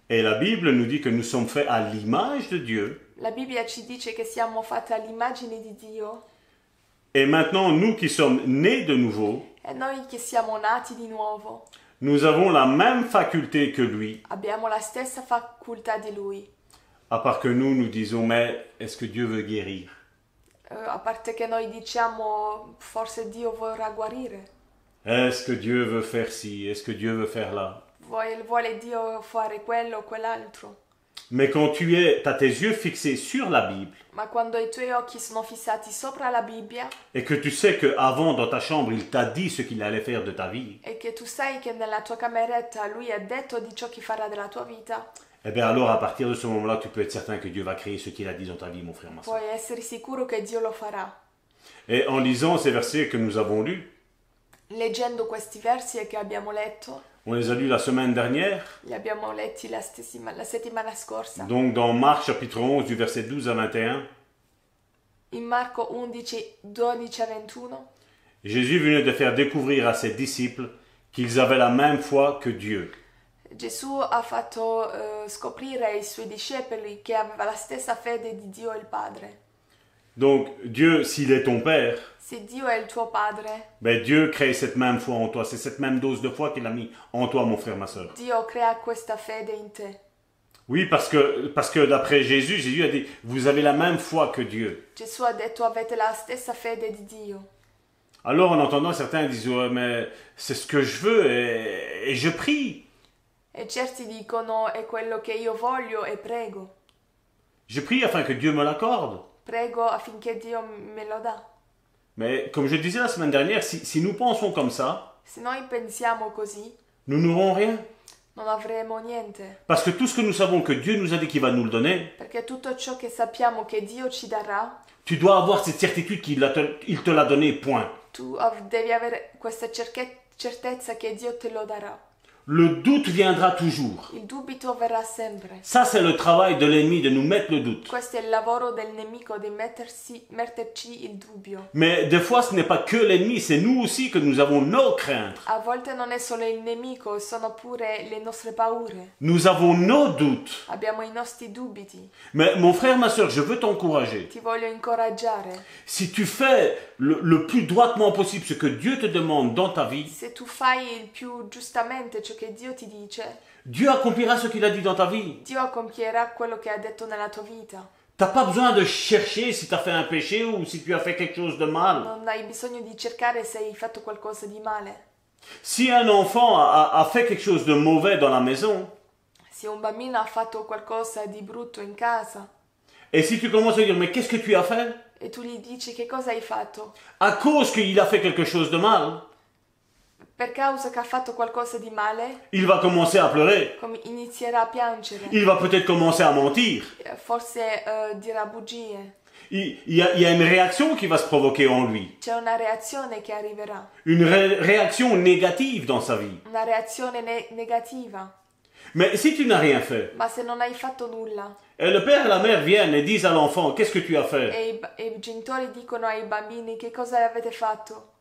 Speaker 5: Et la Bible nous dit que nous sommes faits à l'image de Dieu,
Speaker 1: La Bibbia ci dice che siamo fatti all'immagine di Dio
Speaker 5: et maintenant, nous qui sommes nés de nouveau,
Speaker 1: e noi che siamo nati di nuovo
Speaker 5: nous avons la même faculté que lui
Speaker 1: abbiamo la stessa facoltà di Lui. Eh,
Speaker 5: À part que nous, nous disons, mais est-ce que Dieu veut guérir
Speaker 1: Eh, a parte che noi diciamo forse Dio vorrà guarire.
Speaker 5: Est-ce que Dieu veut faire ci Est-ce que Dieu veut faire là
Speaker 1: vuole, vuole Dio fare quello o quell'altro,
Speaker 5: Mais quand tu es, as tes yeux fixés sur la Bible
Speaker 1: ma quando i tuoi occhi sono fissati sopra la Bibbia
Speaker 5: et que tu sais que avant dans ta chambre, il t'a dit ce qu'il allait faire de ta vie,
Speaker 1: e che tu sai che nella tua cameretta lui ha detto di ciò che farà della tua vita,
Speaker 5: eh bien alors à partir de ce moment-là, tu peux être certain que Dieu va créer ce qu'il a dit dans ta vie, mon frère, ma soeur.
Speaker 1: puoi essere sicuro che Dio lo farà.
Speaker 5: Et en lisant ces versets que nous avons lus,
Speaker 1: Leggendo questi versi che abbiamo letto,
Speaker 5: on les a lus la semaine dernière,
Speaker 1: li abbiamo letti la, stessima- la settimana scorsa,
Speaker 5: donc dans Marc chapitre 11 du verset 12 à 21,
Speaker 1: in Marco 11, 12 a 21,
Speaker 5: Jésus venait de faire découvrir à ses disciples qu'ils avaient la même foi que Dieu.
Speaker 1: Gesù ha fatto eh, scoprire ai suoi discepoli che aveva la stessa fede di Dio il Padre.
Speaker 5: Donc Dieu, s'il est ton Père,
Speaker 1: Se Dio è il tuo Padre,
Speaker 5: ben Dieu crée cette même foi en toi. C'est cette même dose de foi qu'il a mis en toi, mon frère, ma soeur.
Speaker 1: Dio crea questa fede in te.
Speaker 5: Oui, parce que, parce que d'après Jésus, Jésus a dit, vous avez la même foi que Dieu.
Speaker 1: Gesù ha detto avete la stessa fede di Dio.
Speaker 5: Alors en entendant certains disent, ouais, mais c'est ce que je veux et, et je prie.
Speaker 1: E certi dicono è quello che io voglio e prego.
Speaker 5: Je prie afin que Dieu me l'accorde.
Speaker 1: Prego affinché Dio me lo dà.
Speaker 5: Mais comme je disais la semaine dernière, si, si nous pensons comme ça,
Speaker 1: Se noi pensiamo così,
Speaker 5: nous n'aurons rien.
Speaker 1: non avremo niente.
Speaker 5: Parce que tout ce que nous savons que Dieu nous a dit qu'il va nous le donner,
Speaker 1: Perché tutto ciò che sappiamo che Dio ci darà,
Speaker 5: tu dois avoir cette certitude qu'il l'a te- il te l'a donné, point.
Speaker 1: tu av- devi avere questa cerche- certezza che Dio te lo darà.
Speaker 5: le doute viendra toujours.
Speaker 1: Il dubito verrà sempre.
Speaker 5: Ça, c'est le travail de l'ennemi de nous mettre le doute.
Speaker 1: Questo è il lavoro del nemico di mettersi, metterci il dubbio.
Speaker 5: Mais des fois, ce n'est pas que l'ennemi, c'est nous aussi que nous avons nos craintes.
Speaker 1: A volte non è solo il nemico, sono pure le nostre paure.
Speaker 5: Nous avons nos doutes.
Speaker 1: Abbiamo i nostri dubiti.
Speaker 5: Mais mon frère, ma soeur, je veux t'encourager.
Speaker 1: Ti voglio incoraggiare.
Speaker 5: Si tu fais le, le plus droitement possible ce que Dieu te demande dans ta vie,
Speaker 1: Se tu fai il più giustamente ciò che Dio ti dice,
Speaker 5: Dieu accomplira ce qu'il a dit dans ta vie.
Speaker 1: Dio compierà quello che ha detto nella tua vita.
Speaker 5: T'as pas besoin de chercher si t'as fait un péché ou si tu as fait quelque chose de mal.
Speaker 1: Non hai bisogno di cercare se hai fatto qualcosa di male.
Speaker 5: Si un enfant a, a- a fait quelque chose de mauvais dans la maison,
Speaker 1: Se un bambino ha fatto qualcosa di brutto in casa
Speaker 5: et si tu commences à dire mais qu'est-ce que tu as fait
Speaker 1: e tu gli dici che cosa hai fatto,
Speaker 5: À cause qu'il a fait quelque chose de mal,
Speaker 1: per causa che ha fatto qualcosa di male,
Speaker 5: il va commencer à pleurer.
Speaker 1: com- inizierà a piangere.
Speaker 5: Il va peut-être commencer à mentir.
Speaker 1: Eh, Forse eh, dirà bugie.
Speaker 5: Il, il y a, il y a une réaction qui va se provoquer en lui.
Speaker 1: C'è una reazione che arriverà,
Speaker 5: Une ré- réaction négative dans sa vie.
Speaker 1: una reazione ne- negativa.
Speaker 5: Mais si tu n'as rien fait,
Speaker 1: Ma se non hai fatto nulla
Speaker 5: et le père et la mère viennent et disent à l'enfant qu'est-ce que tu as fait
Speaker 1: e i, ba- e i genitori dicono ai bambini che cosa avete fatto,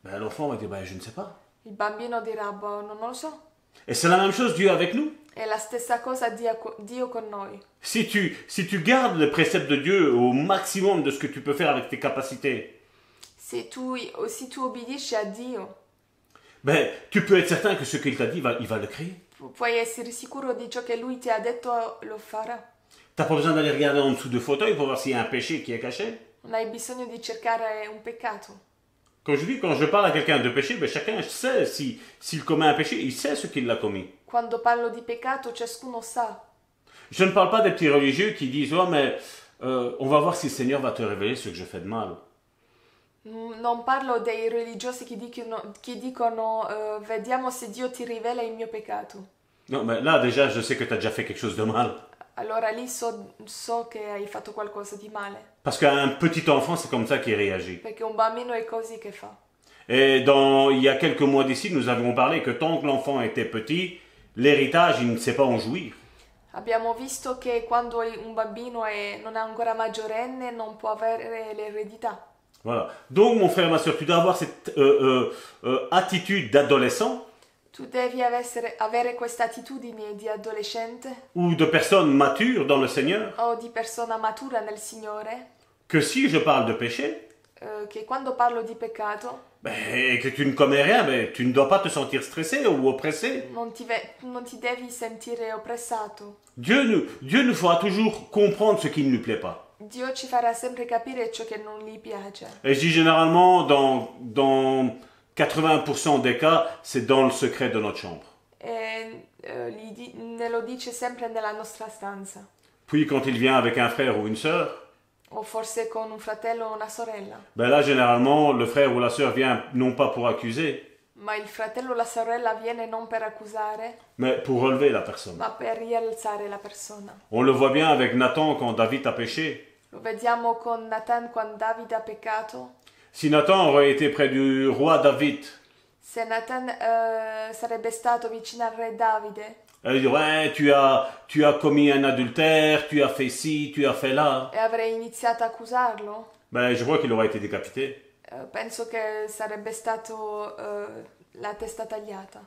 Speaker 5: ben, L'enfant va dire ben, je ne sais pas.
Speaker 1: il bambino dirà boh, non lo so.
Speaker 5: Et c'est la même chose Dieu avec nous.
Speaker 1: È la stessa cosa Dio, co- Dio con noi.
Speaker 5: Si tu, si tu gardes les préceptes de Dieu au maximum de ce que tu peux faire avec tes capacités,
Speaker 1: Se tu, se tu obbedisci a Dio,
Speaker 5: ben, tu peux être certain que ce qu'il t'a dit, va- il va le créer.
Speaker 1: pu- puoi essere sicuro di ciò che Lui ti ha detto lo farà.
Speaker 5: T'as pas besoin d'aller regarder en dessous de fauteuil pour voir s'il y a un péché qui est caché.
Speaker 1: Non hai bisogno di cercare un peccato.
Speaker 5: Quand je dis, quand je parle à quelqu'un de péché, ben, chacun sait si, s'il commet un péché, il sait ce qu'il l'a commis.
Speaker 1: Quando parlo di peccato ciascuno sa.
Speaker 5: Je ne parle pas des petits religieux qui disent, ouais, mais, euh, on va voir si le Seigneur va te révéler ce que je fais de mal.
Speaker 1: Mm, Non parlo dei religiosi che dicono, che dicono eh, vediamo se Dio ti rivela il mio peccato.
Speaker 5: Non, mais là, déjà, je sais que t'as déjà fait quelque chose de mal.
Speaker 1: Allora lì so, so che hai fatto qualcosa di male,
Speaker 5: Parce qu'un petit enfant, c'est comme ça qu'il réagit.
Speaker 1: perché un bambino è così che fa.
Speaker 5: Et dans, il y a quelques mois d'ici, nous avons parlé que tant que l'enfant était petit, l'héritage, il ne sait pas en jouir.
Speaker 1: Abbiamo visto che quando un bambino è- non è ancora maggiorenne non può avere l'eredità.
Speaker 5: Voilà. Donc, mon frère, ma soeur, tu dois avoir cette euh, euh, euh, attitude d'adolescent
Speaker 1: Tu devi avessere- avere questa attitudine di adolescente
Speaker 5: ou de personne mature dans le Seigneur
Speaker 1: o di persona matura nel Signore,
Speaker 5: que si je parle de péché
Speaker 1: eh, che quando parlo di peccato
Speaker 5: ben, et que tu ne commets rien, ben, tu ne dois pas te sentir stressé ou oppressé.
Speaker 1: non ti, ve- non ti devi sentire oppressato.
Speaker 5: Dieu nous, Dieu nous fera toujours comprendre ce qui ne nous plaît pas.
Speaker 1: Dio ci farà sempre capire ciò che non gli piace.
Speaker 5: Et je dis généralement, dans, dans 80% des cas, c'est dans le secret de notre chambre.
Speaker 1: E eh, gli di- ne lo dice sempre nella nostra stanza,
Speaker 5: Puis quand il vient avec un frère ou une sœur,
Speaker 1: o forse con un fratello o una sorella.
Speaker 5: ben là généralement le frère ou la sœur vient non pas pour accuser,
Speaker 1: Ma il fratello o la sorella viene non per accusare,
Speaker 5: mais pour relever la personne.
Speaker 1: ma per rialzare la persona.
Speaker 5: On le voit bien avec Nathan quand David a péché.
Speaker 1: Lo vediamo con Nathan quando Davide ha peccato.
Speaker 5: Si Nathan aurait été près du roi David,
Speaker 1: Se Nathan eh, sarebbe stato vicino al re Davide
Speaker 5: elle dit ouais tu as tu as commis un adultère, tu as fait ci, tu as fait là,
Speaker 1: e avrei iniziato a accusarlo,
Speaker 5: ben je crois qu'il aurait été décapité.
Speaker 1: eh, penso che sarebbe stato eh, la testa tagliata.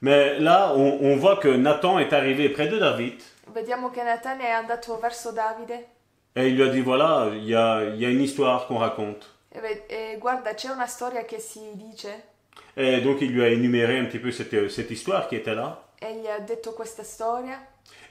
Speaker 5: Mais là on, on voit que Nathan est arrivé près de David
Speaker 1: Vediamo che Nathan è andato verso Davide
Speaker 5: et il lui a dit voilà il y a il y a une histoire qu'on raconte.
Speaker 1: e, ve- e guarda c'è una storia che si dice
Speaker 5: Et donc il lui a énuméré un petit peu cette, cette histoire qui était là.
Speaker 1: e gli ha detto questa storia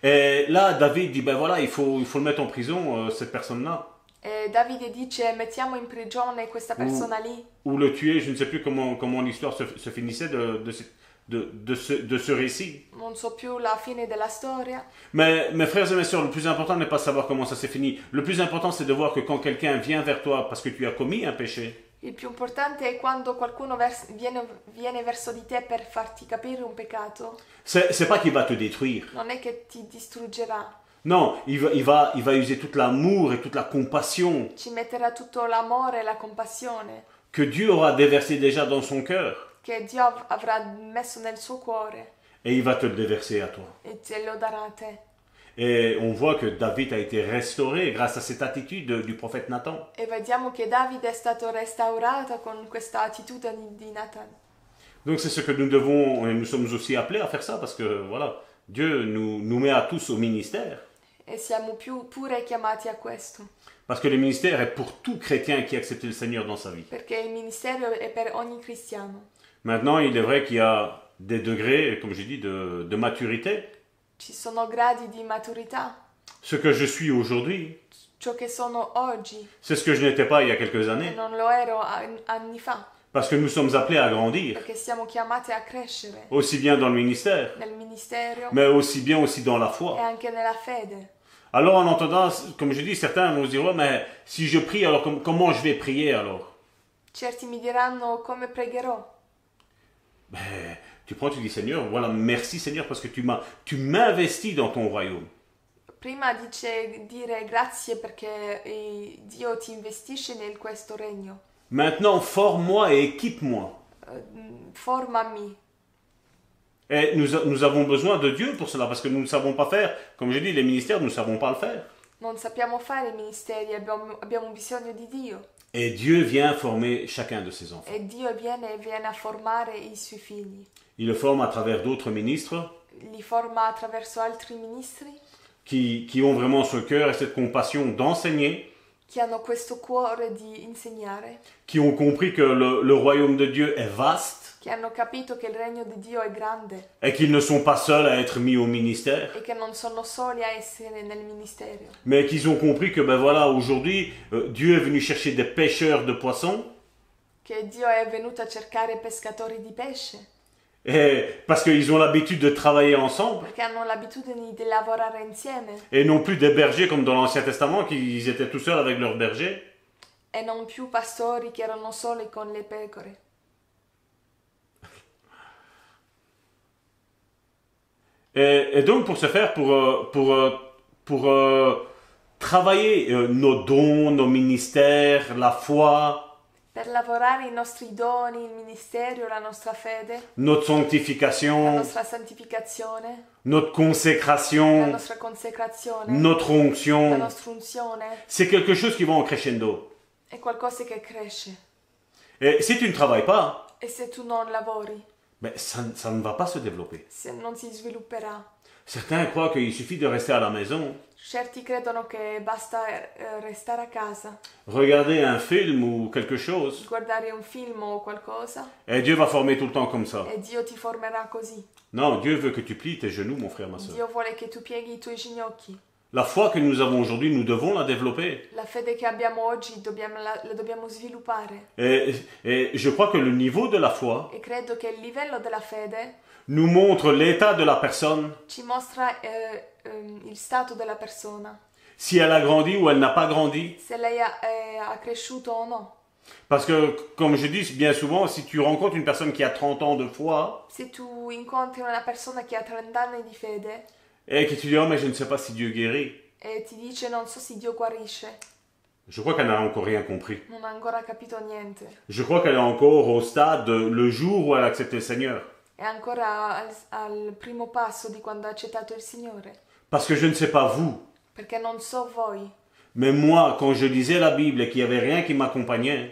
Speaker 5: Et là, David dit, ben voilà, il faut, il faut le mettre en prison, euh, cette personne-là.
Speaker 1: e Eh, Davide dice mettiamo in prigione questa persona lì
Speaker 5: Ou le tuer, je ne sais plus comment, comment l'histoire se, se finissait de, de, ce- de, de ce, de ce récit.
Speaker 1: Non so più la fine della storia,
Speaker 5: Mais mes frères et mes sœurs, le plus important n'est pas de savoir comment ça s'est fini. Le plus important, c'est de voir que quand quelqu'un vient vers toi parce que tu as commis un péché,
Speaker 1: il più importante è quando qualcuno vers- viene, viene verso di te per farti capire un peccato,
Speaker 5: c'est c'est pas qu'il va te détruire.
Speaker 1: non è che ti distruggerà,
Speaker 5: Non, il va, il va, il va user tout l'amour et toute la compassion
Speaker 1: ci metterà tutto l'amore e la compassione
Speaker 5: que Dieu aura déversé déjà dans son cœur.
Speaker 1: che Dio av- avrà messo nel suo cuore
Speaker 5: et il va te le déverser à toi.
Speaker 1: e te lo darà a te.
Speaker 5: Et on voit que David a été restauré grâce à cette attitude du prophète Nathan.
Speaker 1: E vediamo che Davide è stato restaurato con questa attitudine di Nathan.
Speaker 5: Donc c'est ce que nous devons, et nous sommes aussi appelés à faire ça parce que voilà, Dieu nous, nous met à tous au ministère.
Speaker 1: E siamo più pure chiamati a questo,
Speaker 5: Parce que le ministère est pour tout chrétien qui a accepté le Seigneur dans sa vie.
Speaker 1: perché il ministero è per ogni cristiano.
Speaker 5: Maintenant, il est vrai qu'il y a des degrés, comme j'ai dit, de, de maturité.
Speaker 1: Ci sono gradi di maturità,
Speaker 5: Ce que je suis aujourd'hui,
Speaker 1: ciò che sono oggi
Speaker 5: c'est ce que je n'étais pas il y a quelques
Speaker 1: e
Speaker 5: années.
Speaker 1: non lo ero an- anni fa,
Speaker 5: Parce que nous sommes appelés à grandir,
Speaker 1: perché siamo chiamati a crescere
Speaker 5: aussi bien dans le ministère,
Speaker 1: nel ministero
Speaker 5: mais aussi bien aussi dans la foi.
Speaker 1: e anche nella fede.
Speaker 5: Alors en entendant, comme je dis, certains vont se dire, ouais, mais si je prie, alors com- comment je vais prier alors
Speaker 1: Certi mi diranno come pregherò.
Speaker 5: Ben, Tu prends, tu dis, Seigneur, voilà, merci Seigneur, parce que tu m'as, tu m'investis dans ton royaume.
Speaker 1: Prima dice dire grazie perché eh, Dio ti investisce nel questo regno.
Speaker 5: Maintenant, forme-moi et équipe-moi.
Speaker 1: Eh, mm, Formami.
Speaker 5: Et nous, a- nous avons besoin de Dieu pour cela, parce que nous ne savons pas faire. Comme je dis, les ministères, nous ne savons pas le faire.
Speaker 1: Non sappiamo fare i ministeri, abbiamo, abbiamo bisogno di Dio.
Speaker 5: Et Dieu vient former chacun de ses enfants.
Speaker 1: E Dio viene e viene a formare i suoi figli.
Speaker 5: Il le forme à travers d'autres ministres
Speaker 1: Li forma attraverso altri ministri
Speaker 5: qui, qui ont vraiment ce cœur et cette compassion d'enseigner,
Speaker 1: che hanno questo cuore di insegnare,
Speaker 5: qui ont compris que le- le royaume de Dieu est vaste.
Speaker 1: che hanno capito che il regno di Dio è grande
Speaker 5: et qu'ils ne sont pas seuls à être mis au ministère,
Speaker 1: e che non sono soli a essere nel ministero,
Speaker 5: mais qu'ils ont compris que ben voilà, aujourd'hui, euh, Dieu est venu chercher des pêcheurs de poissons,
Speaker 1: che Dio è venuto a cercare pescatori di pesce
Speaker 5: et parce qu'ils ont l'habitude de travailler ensemble,
Speaker 1: perché hanno l'abitudine di lavorare insieme
Speaker 5: et non plus des bergers comme dans l'Ancien Testament, qu'ils étaient tout seuls avec leurs bergers.
Speaker 1: e non più pastori che erano soli con le pecore.
Speaker 5: Et, et donc, pour ce faire, pour, euh, pour, euh, pour euh, travailler euh, nos dons, nos ministères, la foi,
Speaker 1: Per lavorare i nostri doni, il ministero, la nostra fede,
Speaker 5: notre
Speaker 1: la
Speaker 5: sanctification,
Speaker 1: nostra santificazione,
Speaker 5: notre
Speaker 1: la
Speaker 5: consécration,
Speaker 1: nostra consecrazione,
Speaker 5: notre
Speaker 1: la
Speaker 5: onction,
Speaker 1: nostra unzione,
Speaker 5: c'est quelque chose qui va en crescendo.
Speaker 1: è qualcosa che cresce.
Speaker 5: Et si tu ne travailles pas,
Speaker 1: E se tu non lavori,
Speaker 5: ben, ça, ne- ça ne va pas se développer.
Speaker 1: se non si svilupperà.
Speaker 5: Certains croient qu'il suffit de rester à la maison,
Speaker 1: Certi credono che basta eh, restare a casa,
Speaker 5: regarder un film ou quelque chose,
Speaker 1: guardare un film o qualcosa
Speaker 5: et Dieu va former tout le temps comme ça.
Speaker 1: e Dio ti formerà così.
Speaker 5: Non, Dieu veut que tu plies tes genoux, mon frère, ma soeur.
Speaker 1: Dio vuole che tu pieghi i tuoi ginocchi.
Speaker 5: La foi que nous avons aujourd'hui, nous devons la développer.
Speaker 1: La fede che abbiamo oggi dobbiamo la, la dobbiamo sviluppare
Speaker 5: Et, et je crois que le niveau de la foi
Speaker 1: e credo che il livello della fede
Speaker 5: nous montre l'état de la personne,
Speaker 1: ci mostra eh, ehm, il stato della persona,
Speaker 5: si elle a grandi ou elle n'a pas grandi.
Speaker 1: se lei ha, eh, ha cresciuto o no.
Speaker 5: Parce que, comme je dis bien souvent, si tu rencontres une personne qui a 30 ans de foi,
Speaker 1: Se tu incontri una persona che ha 30 anni di fede
Speaker 5: et que tu dis, oh, mais je ne sais pas si Dieu guérit,
Speaker 1: e ti dice non so se Dio guarisce,
Speaker 5: je crois qu'elle n'a encore rien compris.
Speaker 1: non ha ancora capito niente,
Speaker 5: Je crois qu'elle est encore au stade euh, le jour où elle a accepté le Seigneur.
Speaker 1: è ancora al, al primo passo di quando ha accettato il Signore,
Speaker 5: Parce que je ne sais pas vous,
Speaker 1: perché non so voi.
Speaker 5: mais moi, quand je lisais la Bible et qu'il n'y avait rien qui m'accompagnait,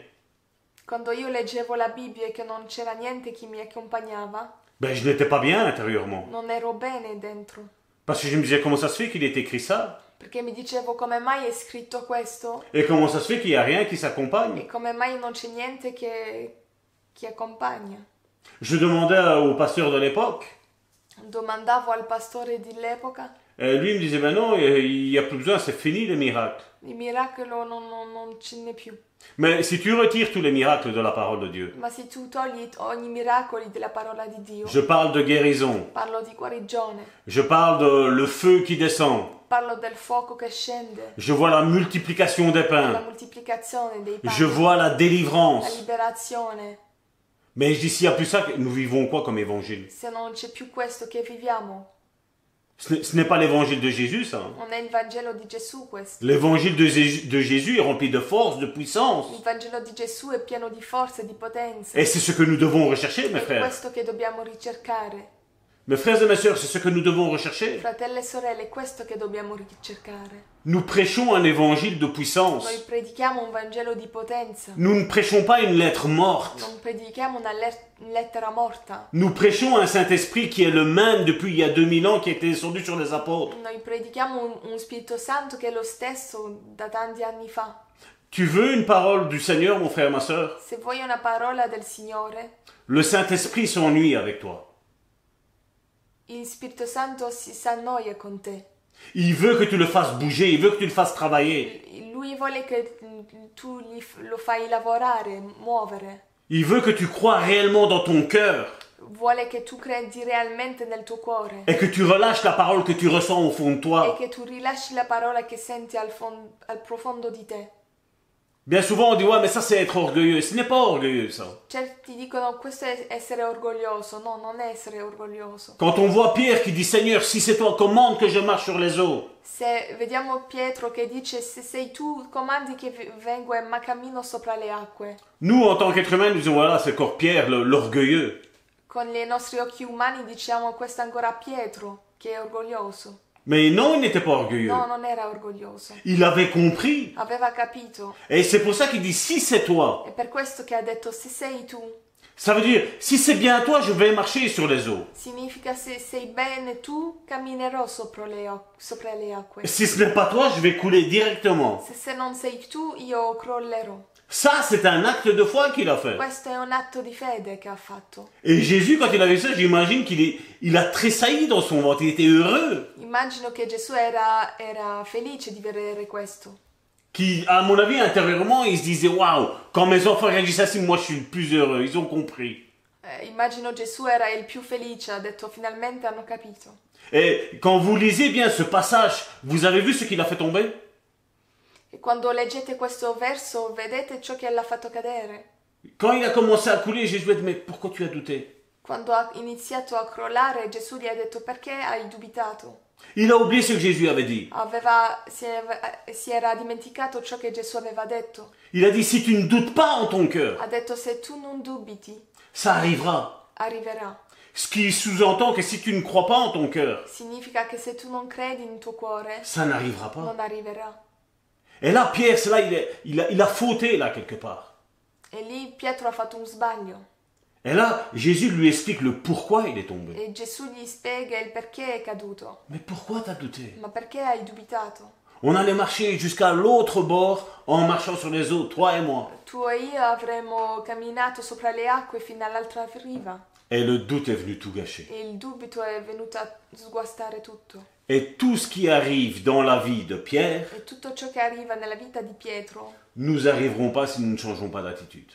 Speaker 1: Quando io leggevo la Bibbia e che non c'era niente che mi accompagnava,
Speaker 5: ben je n'étais pas bien intérieurement.
Speaker 1: non ero bene dentro.
Speaker 5: Parce que je me disais comment ça se fait qu'il est écrit ça
Speaker 1: Perché mi dicevo come mai è scritto questo
Speaker 5: Et comment ça se fait qu'il n'y a rien qui s'accompagne
Speaker 1: e come mai non c'è niente che, che accompagna.
Speaker 5: Je demandais euh, au pasteur de l'époque.
Speaker 1: Domandavo al pastore dell'epoca,
Speaker 5: Et lui il me disait, ben non, euh, il n'y a plus besoin, c'est fini les miracles.
Speaker 1: il miracolo non, non- non ce n'è più.
Speaker 5: Mais si tu retires tous les miracles de la parole de Dieu,
Speaker 1: Ma se tu togli ogni miracolo della parola di Dio,
Speaker 5: je parle de guérison,
Speaker 1: parlo di guarigione,
Speaker 5: je parle de le feu qui descend,
Speaker 1: parlo del fuoco che scende,
Speaker 5: je vois la multiplication des
Speaker 1: la
Speaker 5: pains,
Speaker 1: moltiplicazione dei
Speaker 5: Ah. Je
Speaker 1: pani,
Speaker 5: vois la
Speaker 1: la
Speaker 5: délivrance.
Speaker 1: liberazione.
Speaker 5: Mais je dis, s'il n'y a plus ça, nous vivons quoi comme évangile
Speaker 1: Se non c'è più questo che viviamo,
Speaker 5: Ce n'est- ce n'est pas l'évangile de Jésus, ça.
Speaker 1: non è il Vangelo di Gesù questo.
Speaker 5: L'évangile de, Jésus- de Jésus est rempli de force, de
Speaker 1: Il
Speaker 5: puissance.
Speaker 1: Vangelo di Gesù è pieno di forza e di potenza.
Speaker 5: Eh, Et c'est ce que nous devons rechercher, mes
Speaker 1: È
Speaker 5: frères.
Speaker 1: questo che dobbiamo ricercare.
Speaker 5: Mes frères et mes sœurs, c'est ce que nous devons rechercher.
Speaker 1: Fratelli e sorelle, è questo che dobbiamo ricercare.
Speaker 5: Nous prêchons un évangile de puissance.
Speaker 1: Noi predichiamo un Vangelo di potenza.
Speaker 5: Nous ne prêchons pas une lettre morte.
Speaker 1: Non predichiamo una le- lettera morta.
Speaker 5: Nous prêchons un Saint-Esprit qui est le même depuis il y a 2000 ans qui était descendu sur les apôtres.
Speaker 1: Noi predichiamo un, un Spirito Santo che è lo stesso da tanti anni fa.
Speaker 5: Tu veux une parole du Seigneur, mon frère, ma sœur
Speaker 1: Se vuoi una parola del Signore,
Speaker 5: Le Saint-Esprit s'ennuie avec toi.
Speaker 1: il Spirito Santo si s'annoia con te.
Speaker 5: Il veut que tu le fasses bouger, il veut que tu le fasses travailler.
Speaker 1: Lui vuole che tu gli f- lo fai lavorare, muovere.
Speaker 5: Il veut que tu crois réellement dans ton cœur
Speaker 1: Vuole che tu credi realmente nel tuo cuore
Speaker 5: et que tu relâches la parole que tu ressens au fond de
Speaker 1: e
Speaker 5: toi.
Speaker 1: che tu rilasci la parola che senti al, fon- al profondo di te.
Speaker 5: Bien souvent, on dit Ouais, mais ça, c'est être orgueilleux. Ce n'est pas orgueilleux, ça.
Speaker 1: Certi dicono questo è essere orgoglioso, no, non è essere orgoglioso.
Speaker 5: Quand on voit Pierre qui dit Seigneur, si c'est toi, commande que je marche sur les eaux.
Speaker 1: Se vediamo Pietro che dice se sei tu comandi che vi- vengo e ma cammino sopra le acque,
Speaker 5: Nous, en tant qu'êtres humains, nous disons Voilà, c'est encore Pierre, le- l'orgueilleux.
Speaker 1: con i nostri occhi umani diciamo questo è ancora Pietro che è orgoglioso.
Speaker 5: Mais non, il n'était pas orgueilleux.
Speaker 1: No, non era orgoglioso.
Speaker 5: Il avait compris.
Speaker 1: Aveva capito
Speaker 5: Et c'est pour ça qu'il dit Si c'est toi,
Speaker 1: È per questo che ha detto se sei tu,
Speaker 5: ça veut dire Si c'est bien toi, je vais marcher sur les eaux.
Speaker 1: significa se sei bene tu, camminerò sopra le, o- sopra le acque.
Speaker 5: Si ce n'est pas toi, je vais couler directement.
Speaker 1: Se, se non sei tu, io crollerò.
Speaker 5: Ça, c'est un acte de foi qu'il a fait.
Speaker 1: Questo è un atto di fede che ha fatto.
Speaker 5: Et Jésus, quand il a vu ça, j'imagine qu'il est- il a tressailli dans son ventre. Il était heureux.
Speaker 1: Immagino che Gesù era, era felice di vedere questo.
Speaker 5: Qui, à mon avis, intérieurement, il se disait Waouh, quand mes enfants réagissent ainsi, moi, je suis le plus heureux. Ils ont compris.
Speaker 1: Eh, immagino Gesù era il più felice, ha detto finalmente hanno capito.
Speaker 5: Et quand vous lisez bien ce passage, vous avez vu ce qu'il a fait tomber
Speaker 1: E quando leggete questo verso vedete ciò che l'ha fatto cadere.
Speaker 5: Quand il a commencé à couler, Jésus a dit Mais pourquoi tu as douté
Speaker 1: Quando ha iniziato a crollare Gesù gli ha detto perché hai dubitato?
Speaker 5: Il a oublié ce que Jésus avait dit.
Speaker 1: Aveva- si, ave- si era dimenticato ciò che Gesù aveva detto.
Speaker 5: Il a dit Si tu ne doutes pas en ton cœur,
Speaker 1: Ha detto se tu non dubiti,
Speaker 5: ça arrivera.
Speaker 1: arriverà.
Speaker 5: Ce qui sous-entend que si tu ne crois pas en ton cœur,
Speaker 1: Significa che se tu non credi in tuo cuore,
Speaker 5: ça n'arrivera pas.
Speaker 1: non arriverà.
Speaker 5: Et là, Pierre, c'est là, il, est- il a, il a fauté, là, quelque part.
Speaker 1: E lì Pietro ha fatto un sbaglio
Speaker 5: Et là, Jésus lui explique le pourquoi il est tombé.
Speaker 1: e Gesù gli spiega il perché è caduto.
Speaker 5: Mais pourquoi t'as douté
Speaker 1: Ma perché hai dubitato?
Speaker 5: On allait marcher jusqu'à l'autre bord en marchant sur les eaux, toi et moi.
Speaker 1: Tu e io avremmo camminato sopra le acque fino all'altra riva
Speaker 5: Et le doute est venu tout gâcher.
Speaker 1: e il dubito è venuto a sguastare tutto.
Speaker 5: Et tout ce qui arrive dans la vie de Pierre,
Speaker 1: E tutto ciò che arriva nella vita di Pietro
Speaker 5: nous arriverons pas si nous ne changeons pas d'attitude.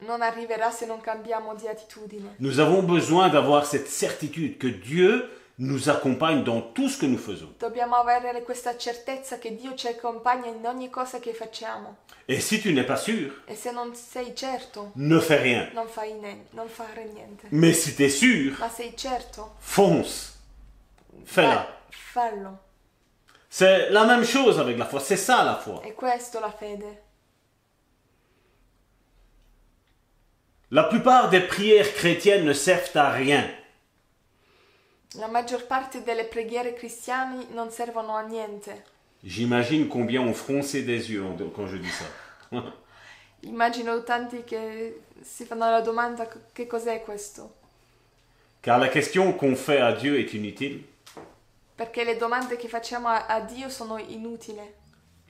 Speaker 1: non arriverà se non cambiamo di attitudine.
Speaker 5: Nous avons besoin d'avoir cette certitude que Dieu nous accompagne dans tout ce que nous faisons.
Speaker 1: Dobbiamo avere questa certezza che Dio ci accompagna in ogni cosa che facciamo.
Speaker 5: Et si tu n'es pas sûr,
Speaker 1: E se non sei certo,
Speaker 5: ne fais rien.
Speaker 1: non fai ne- non fare niente.
Speaker 5: Mais si tu es sûr,
Speaker 1: Ma sei certo,
Speaker 5: fonce. Fais-la.
Speaker 1: fa- fallo.
Speaker 5: C'est la même chose avec la foi, c'est ça la foi.
Speaker 1: È questo la fede.
Speaker 5: La plupart des prières chrétiennes ne servent à rien.
Speaker 1: La maggior parte delle preghiere cristiane non servono a niente.
Speaker 5: J'imagine combien ont froncé des yeux en- quand je dis ça.
Speaker 1: Immagino tanti che si fanno la domanda co- che cos'è questo.
Speaker 5: Car la question qu'on fait à Dieu est inutile.
Speaker 1: Perché le domande che facciamo a, a Dio sono inutili.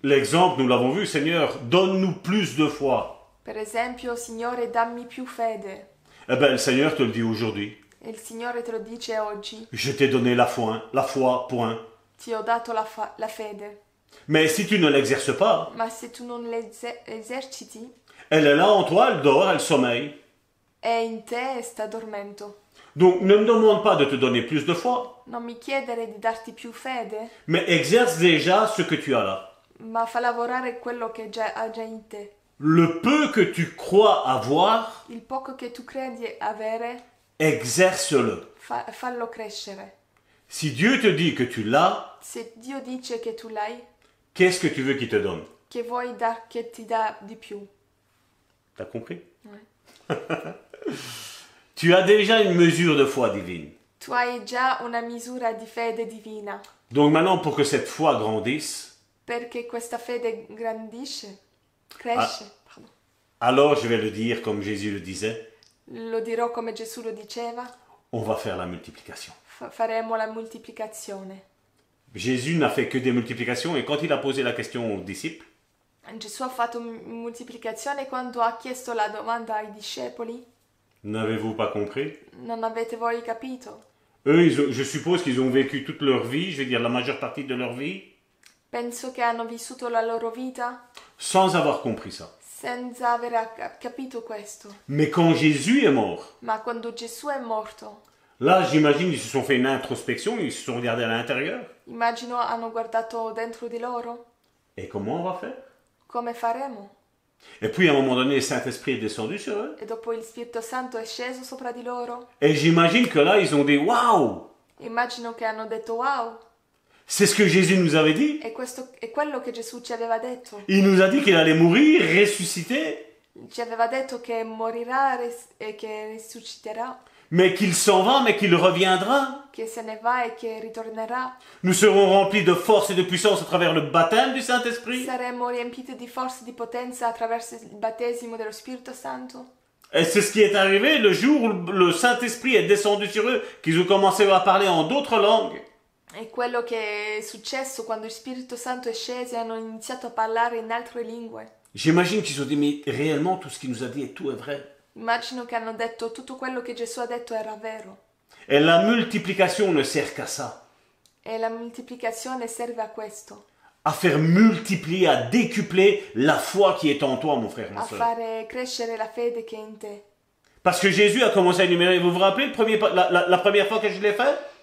Speaker 5: L'exemple, nous l'avons vu, Seigneur, donne-nous plus de foi.
Speaker 1: Per esempio, Signore, dammi più fede.
Speaker 5: Eh bien, le Seigneur te le dit aujourd'hui.
Speaker 1: E il Signore te lo dice oggi,
Speaker 5: Je t'ai donné la foi, la foi, point.
Speaker 1: ti ho dato la fa- la fede.
Speaker 5: Mais si tu ne l'exerces pas,
Speaker 1: Ma se tu non le eser- eserciti,
Speaker 5: elle est là en toi, elle dort, elle sommeille.
Speaker 1: è in te e sta dormendo.
Speaker 5: Donc ne me demande pas de te donner plus de foi,
Speaker 1: Non mi chiedere di darti più fede,
Speaker 5: mais exerce déjà ce que tu as là.
Speaker 1: ma fa lavorare quello che già, ha già in te.
Speaker 5: Le peu que tu crois avoir,
Speaker 1: Il poco che tu credi avere,
Speaker 5: exerce-le.
Speaker 1: fa- fallo crescere.
Speaker 5: Si Dieu te dit que tu l'as,
Speaker 1: Se Dio dice che tu l'hai,
Speaker 5: qu'est-ce que tu veux qu'il te donne
Speaker 1: che vuoi dar- che ti dà di più?
Speaker 5: T'as compris
Speaker 1: Ouais.
Speaker 5: <laughs> Tu as déjà une mesure de foi divine.
Speaker 1: Tu hai già una misura di fede divina,
Speaker 5: Donc maintenant, pour que cette foi grandisse,
Speaker 1: perché questa fede grandisce, cresce. pardon.
Speaker 5: alors je vais le dire comme Jésus le disait,
Speaker 1: Lo dirò come Gesù lo diceva,
Speaker 5: on va faire la multiplication.
Speaker 1: fa- faremo la moltiplicazione.
Speaker 5: Jésus n'a fait que des multiplications et quand il a posé la question aux disciples,
Speaker 1: Gesù ha fatto m- moltiplicazione quando ha chiesto la domanda ai discepoli.
Speaker 5: n'avez-vous pas compris
Speaker 1: Non avete voi capito?
Speaker 5: Eux, ils ont- je suppose qu'ils ont vécu toute leur vie, je veux dire la majeure partie de leur vie,
Speaker 1: Penso che hanno vissuto la loro vita
Speaker 5: sans avoir compris ça.
Speaker 1: senza aver ac- capito questo.
Speaker 5: Mais quand Jésus est mort,
Speaker 1: Ma quando Gesù è morto,
Speaker 5: là, j'imagine, ils se sont fait une introspection, ils se sont regardés à l'intérieur.
Speaker 1: immagino hanno guardato dentro di loro.
Speaker 5: Et comment on va faire
Speaker 1: Come faremo?
Speaker 5: Et puis, à un moment donné, le Saint-Esprit est descendu sur eux.
Speaker 1: E dopo il Spirito Santo è sceso sopra di loro.
Speaker 5: Et j'imagine que là, ils ont dit Waouh
Speaker 1: Immagino che hanno detto wow,
Speaker 5: C'est ce que Jésus nous avait dit.
Speaker 1: è, questo, è quello che Gesù ci aveva detto.
Speaker 5: Il nous a dit qu'il allait mourir, ressusciter,
Speaker 1: Ci aveva detto che morirà res- e che risusciterà,
Speaker 5: mais qu'il s'en va, mais qu'il reviendra.
Speaker 1: che se ne va e che ritornerà.
Speaker 5: Nous serons remplis de force et de puissance à travers le baptême du Saint-Esprit.
Speaker 1: Saremo riempiti di forza e di potenza attraverso il battesimo dello Spirito Santo.
Speaker 5: Et c'est ce qui est arrivé le jour où le Saint-Esprit est descendu sur eux, qu'ils ont commencé à parler en d'autres langues.
Speaker 1: È quello che è successo quando il Spirito Santo è sceso e hanno iniziato a parlare in altre lingue.
Speaker 5: J'imagine qu'ils ont dit, mais réellement, tout ce qu'il nous a dit, et tout est vrai.
Speaker 1: Immagino che hanno detto tutto quello che Gesù ha detto era vero.
Speaker 5: Et la multiplication ne sert qu'à ça,
Speaker 1: E la moltiplicazione serve a questo,
Speaker 5: à faire multiplier, à décupler la foi qui est en toi, mon frère,
Speaker 1: a
Speaker 5: ma soeur.
Speaker 1: fare crescere la fede che è in te.
Speaker 5: Parce que Jésus a commencé à énumérer, vous vous rappelez le premier, pa- la, la- la première fois que je l'ai fait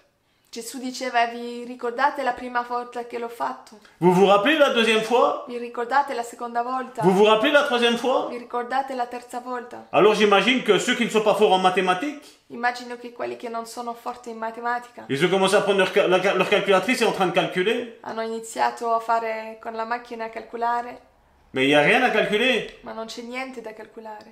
Speaker 1: Gesù diceva, vi ricordate la prima volta che l'ho fatto?
Speaker 5: Vous vous rappelez la deuxième fois
Speaker 1: Vi ricordate la seconda volta?
Speaker 5: Vous vous rappelez la troisième fois
Speaker 1: Vi ricordate la terza volta?
Speaker 5: Alors j'imagine que ceux qui ne sont pas forts en mathématiques,
Speaker 1: Immagino che quelli che non sono forti in matematica
Speaker 5: ils ont commencé à prendre leur, ca- la ca- leur calculatrice et en train de calculer.
Speaker 1: hanno iniziato a fare con la macchina a calcolare,
Speaker 5: Mais il n'y a rien à calculer.
Speaker 1: ma non c'è niente da calcolare.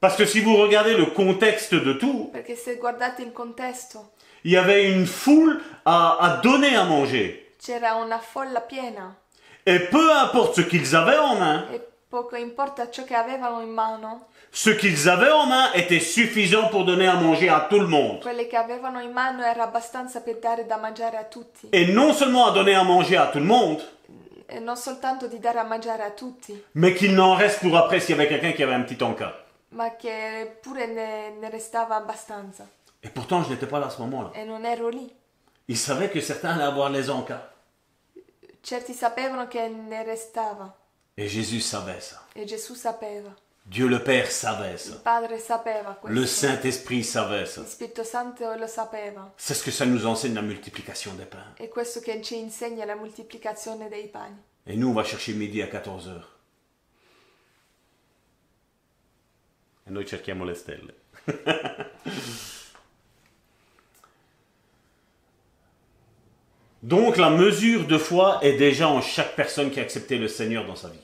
Speaker 5: Parce que si vous regardez le contexte de tout,
Speaker 1: Perché se guardate il contesto,
Speaker 5: il y avait une foule à, à donner à manger.
Speaker 1: c'era una folla piena
Speaker 5: Et peu importe ce qu'ils avaient en main,
Speaker 1: e poco importa ciò che avevano in mano,
Speaker 5: ce qu'ils avaient en main était suffisant pour donner à manger à tout le monde.
Speaker 1: quelle che avevano in mano era abbastanza per dare da mangiare a tutti.
Speaker 5: Et non seulement à donner à manger à tout le monde,
Speaker 1: E non soltanto di dare a mangiare a tutti,
Speaker 5: mais qu'il n'en reste pour après s'il y avait quelqu'un qui avait un petit encas.
Speaker 1: ma che pure ne, ne restava abbastanza.
Speaker 5: Et pourtant, je n'étais pas là à ce moment-là.
Speaker 1: E non ero lì.
Speaker 5: Ils savaient que certains allaient avoir les encas.
Speaker 1: Certi sapevano che ne restava
Speaker 5: Et Jésus savait ça.
Speaker 1: e Gesù sapeva,
Speaker 5: Dieu le Père savait ça.
Speaker 1: il Padre sapeva questo,
Speaker 5: Le Saint-Esprit savait ça.
Speaker 1: il Spirito Santo lo sapeva.
Speaker 5: C'est ce que ça nous enseigne la multiplication des pains.
Speaker 1: È questo che ci insegna la moltiplicazione dei pani.
Speaker 5: Et nous, on va chercher midi à 14h. E noi cerchiamo le stelle. <laughs> Donc la mesure de foi est déjà en chaque personne qui a accepté le Seigneur dans sa vie.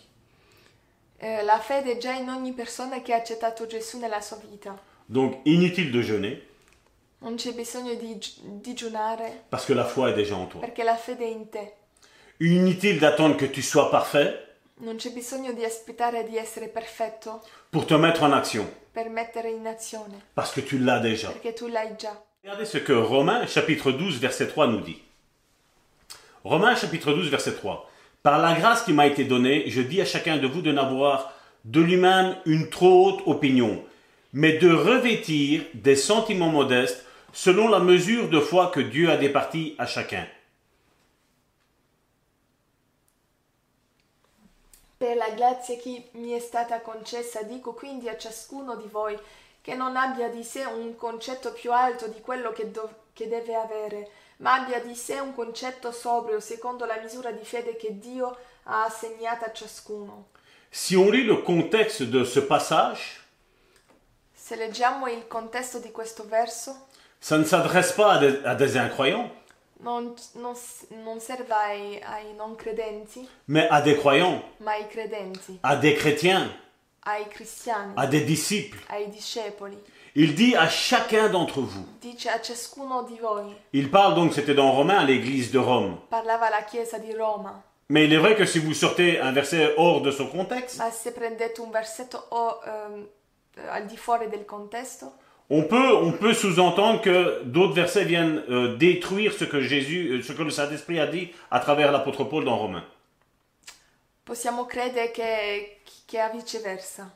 Speaker 1: Eh, la fede è già in ogni persona che ha accettato Gesù nella sua vita.
Speaker 5: Donc inutile de jeûner,
Speaker 1: Non c'è bisogno di gi- digiunare
Speaker 5: parce que la foi est déjà en toi.
Speaker 1: perché la fede è in te.
Speaker 5: Inutile d'attendre que tu sois parfait
Speaker 1: Non c'è bisogno di aspettare di essere perfetto
Speaker 5: pour te mettre en action,
Speaker 1: per mettere in azione,
Speaker 5: parce que tu l'as déjà.
Speaker 1: perché tu l'hai già.
Speaker 5: Regardez ce que Romains chapitre 12 verset 3 nous dit. Romains chapitre 12 verset 3. Par la grâce qui m'a été donnée, je dis à chacun de vous de n'avoir de lui-même une trop haute opinion, mais de revêtir des sentiments modestes selon la mesure de foi que Dieu a départie à chacun.
Speaker 1: Per la grazia che mi è stata concessa dico quindi a ciascuno di voi che non abbia di sé un concetto più alto di quello che, dov- che deve avere, ma abbia di sé un concetto sobrio secondo la misura di fede che Dio ha assegnata a ciascuno.
Speaker 5: Si on lit le contexte de ce passage,
Speaker 1: Se leggiamo il contesto di questo verso,
Speaker 5: ça ne s'adresse pas à des, à des incroyants,
Speaker 1: non, non s- non serve ai, ai non credenti,
Speaker 5: mais à des croyants,
Speaker 1: ma ai credenti,
Speaker 5: à des chrétiens,
Speaker 1: ai cristiani,
Speaker 5: à des disciples.
Speaker 1: ai discepoli.
Speaker 5: Il dit à chacun d'entre vous.
Speaker 1: dice a ciascuno di voi.
Speaker 5: Il parle donc, c'était dans Romain, à l'église de Rome.
Speaker 1: Parlava alla chiesa di Roma,
Speaker 5: Mais il est vrai que si vous sortez un verset hors de son contexte,
Speaker 1: ma se prendete un versetto o ehm, eh, al di fuori del contesto,
Speaker 5: on peut, on peut sous-entendre que d'autres versets viennent euh, détruire ce que Jésus, euh, ce que le Saint-Esprit a dit à travers l'apôtre Paul dans Romain.
Speaker 1: possiamo credere che, che è viceversa.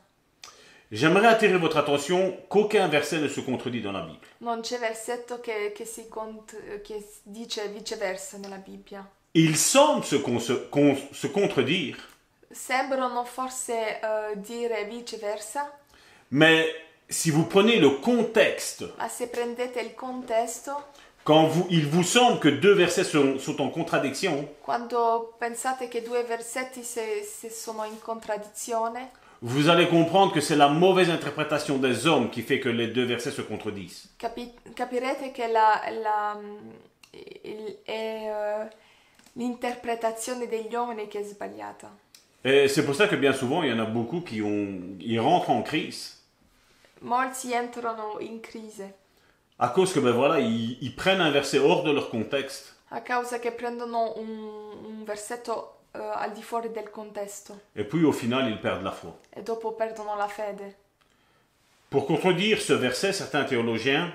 Speaker 5: J'aimerais attirer votre attention qu'aucun verset ne se contredit dans la Bible.
Speaker 1: Non c'è versetto che, che si cont- che s- dice viceversa nella Bibbia.
Speaker 5: Il semble se, con- se- con- se contredire,
Speaker 1: Sembrano forse eh, dire viceversa,
Speaker 5: mais si vous prenez le contexte,
Speaker 1: ma se prendete il contesto,
Speaker 5: quand vous, il vous semble que deux versets sont, sont en contradiction,
Speaker 1: quando pensate che due versetti se, se sono in contraddizione,
Speaker 5: vous allez comprendre que c'est la mauvaise interprétation des hommes qui fait que les deux versets se contredisent.
Speaker 1: capi- capirete che la- la, mm, il- è, eh, l'interpretazione degli uomini che è sbagliata.
Speaker 5: Et c'est pour ça que bien souvent, il y en a beaucoup qui ont, ils rentrent en crise
Speaker 1: Molti entrano in crisi
Speaker 5: à cause que, ben voilà, ils, ils prennent un verset hors de leur contexte
Speaker 1: a causa che prendono un, un versetto eh, al di fuori del contesto
Speaker 5: et puis au final, ils perdent la foi.
Speaker 1: e dopo perdono la fede.
Speaker 5: Pour contredire ce verset, certains théologiens,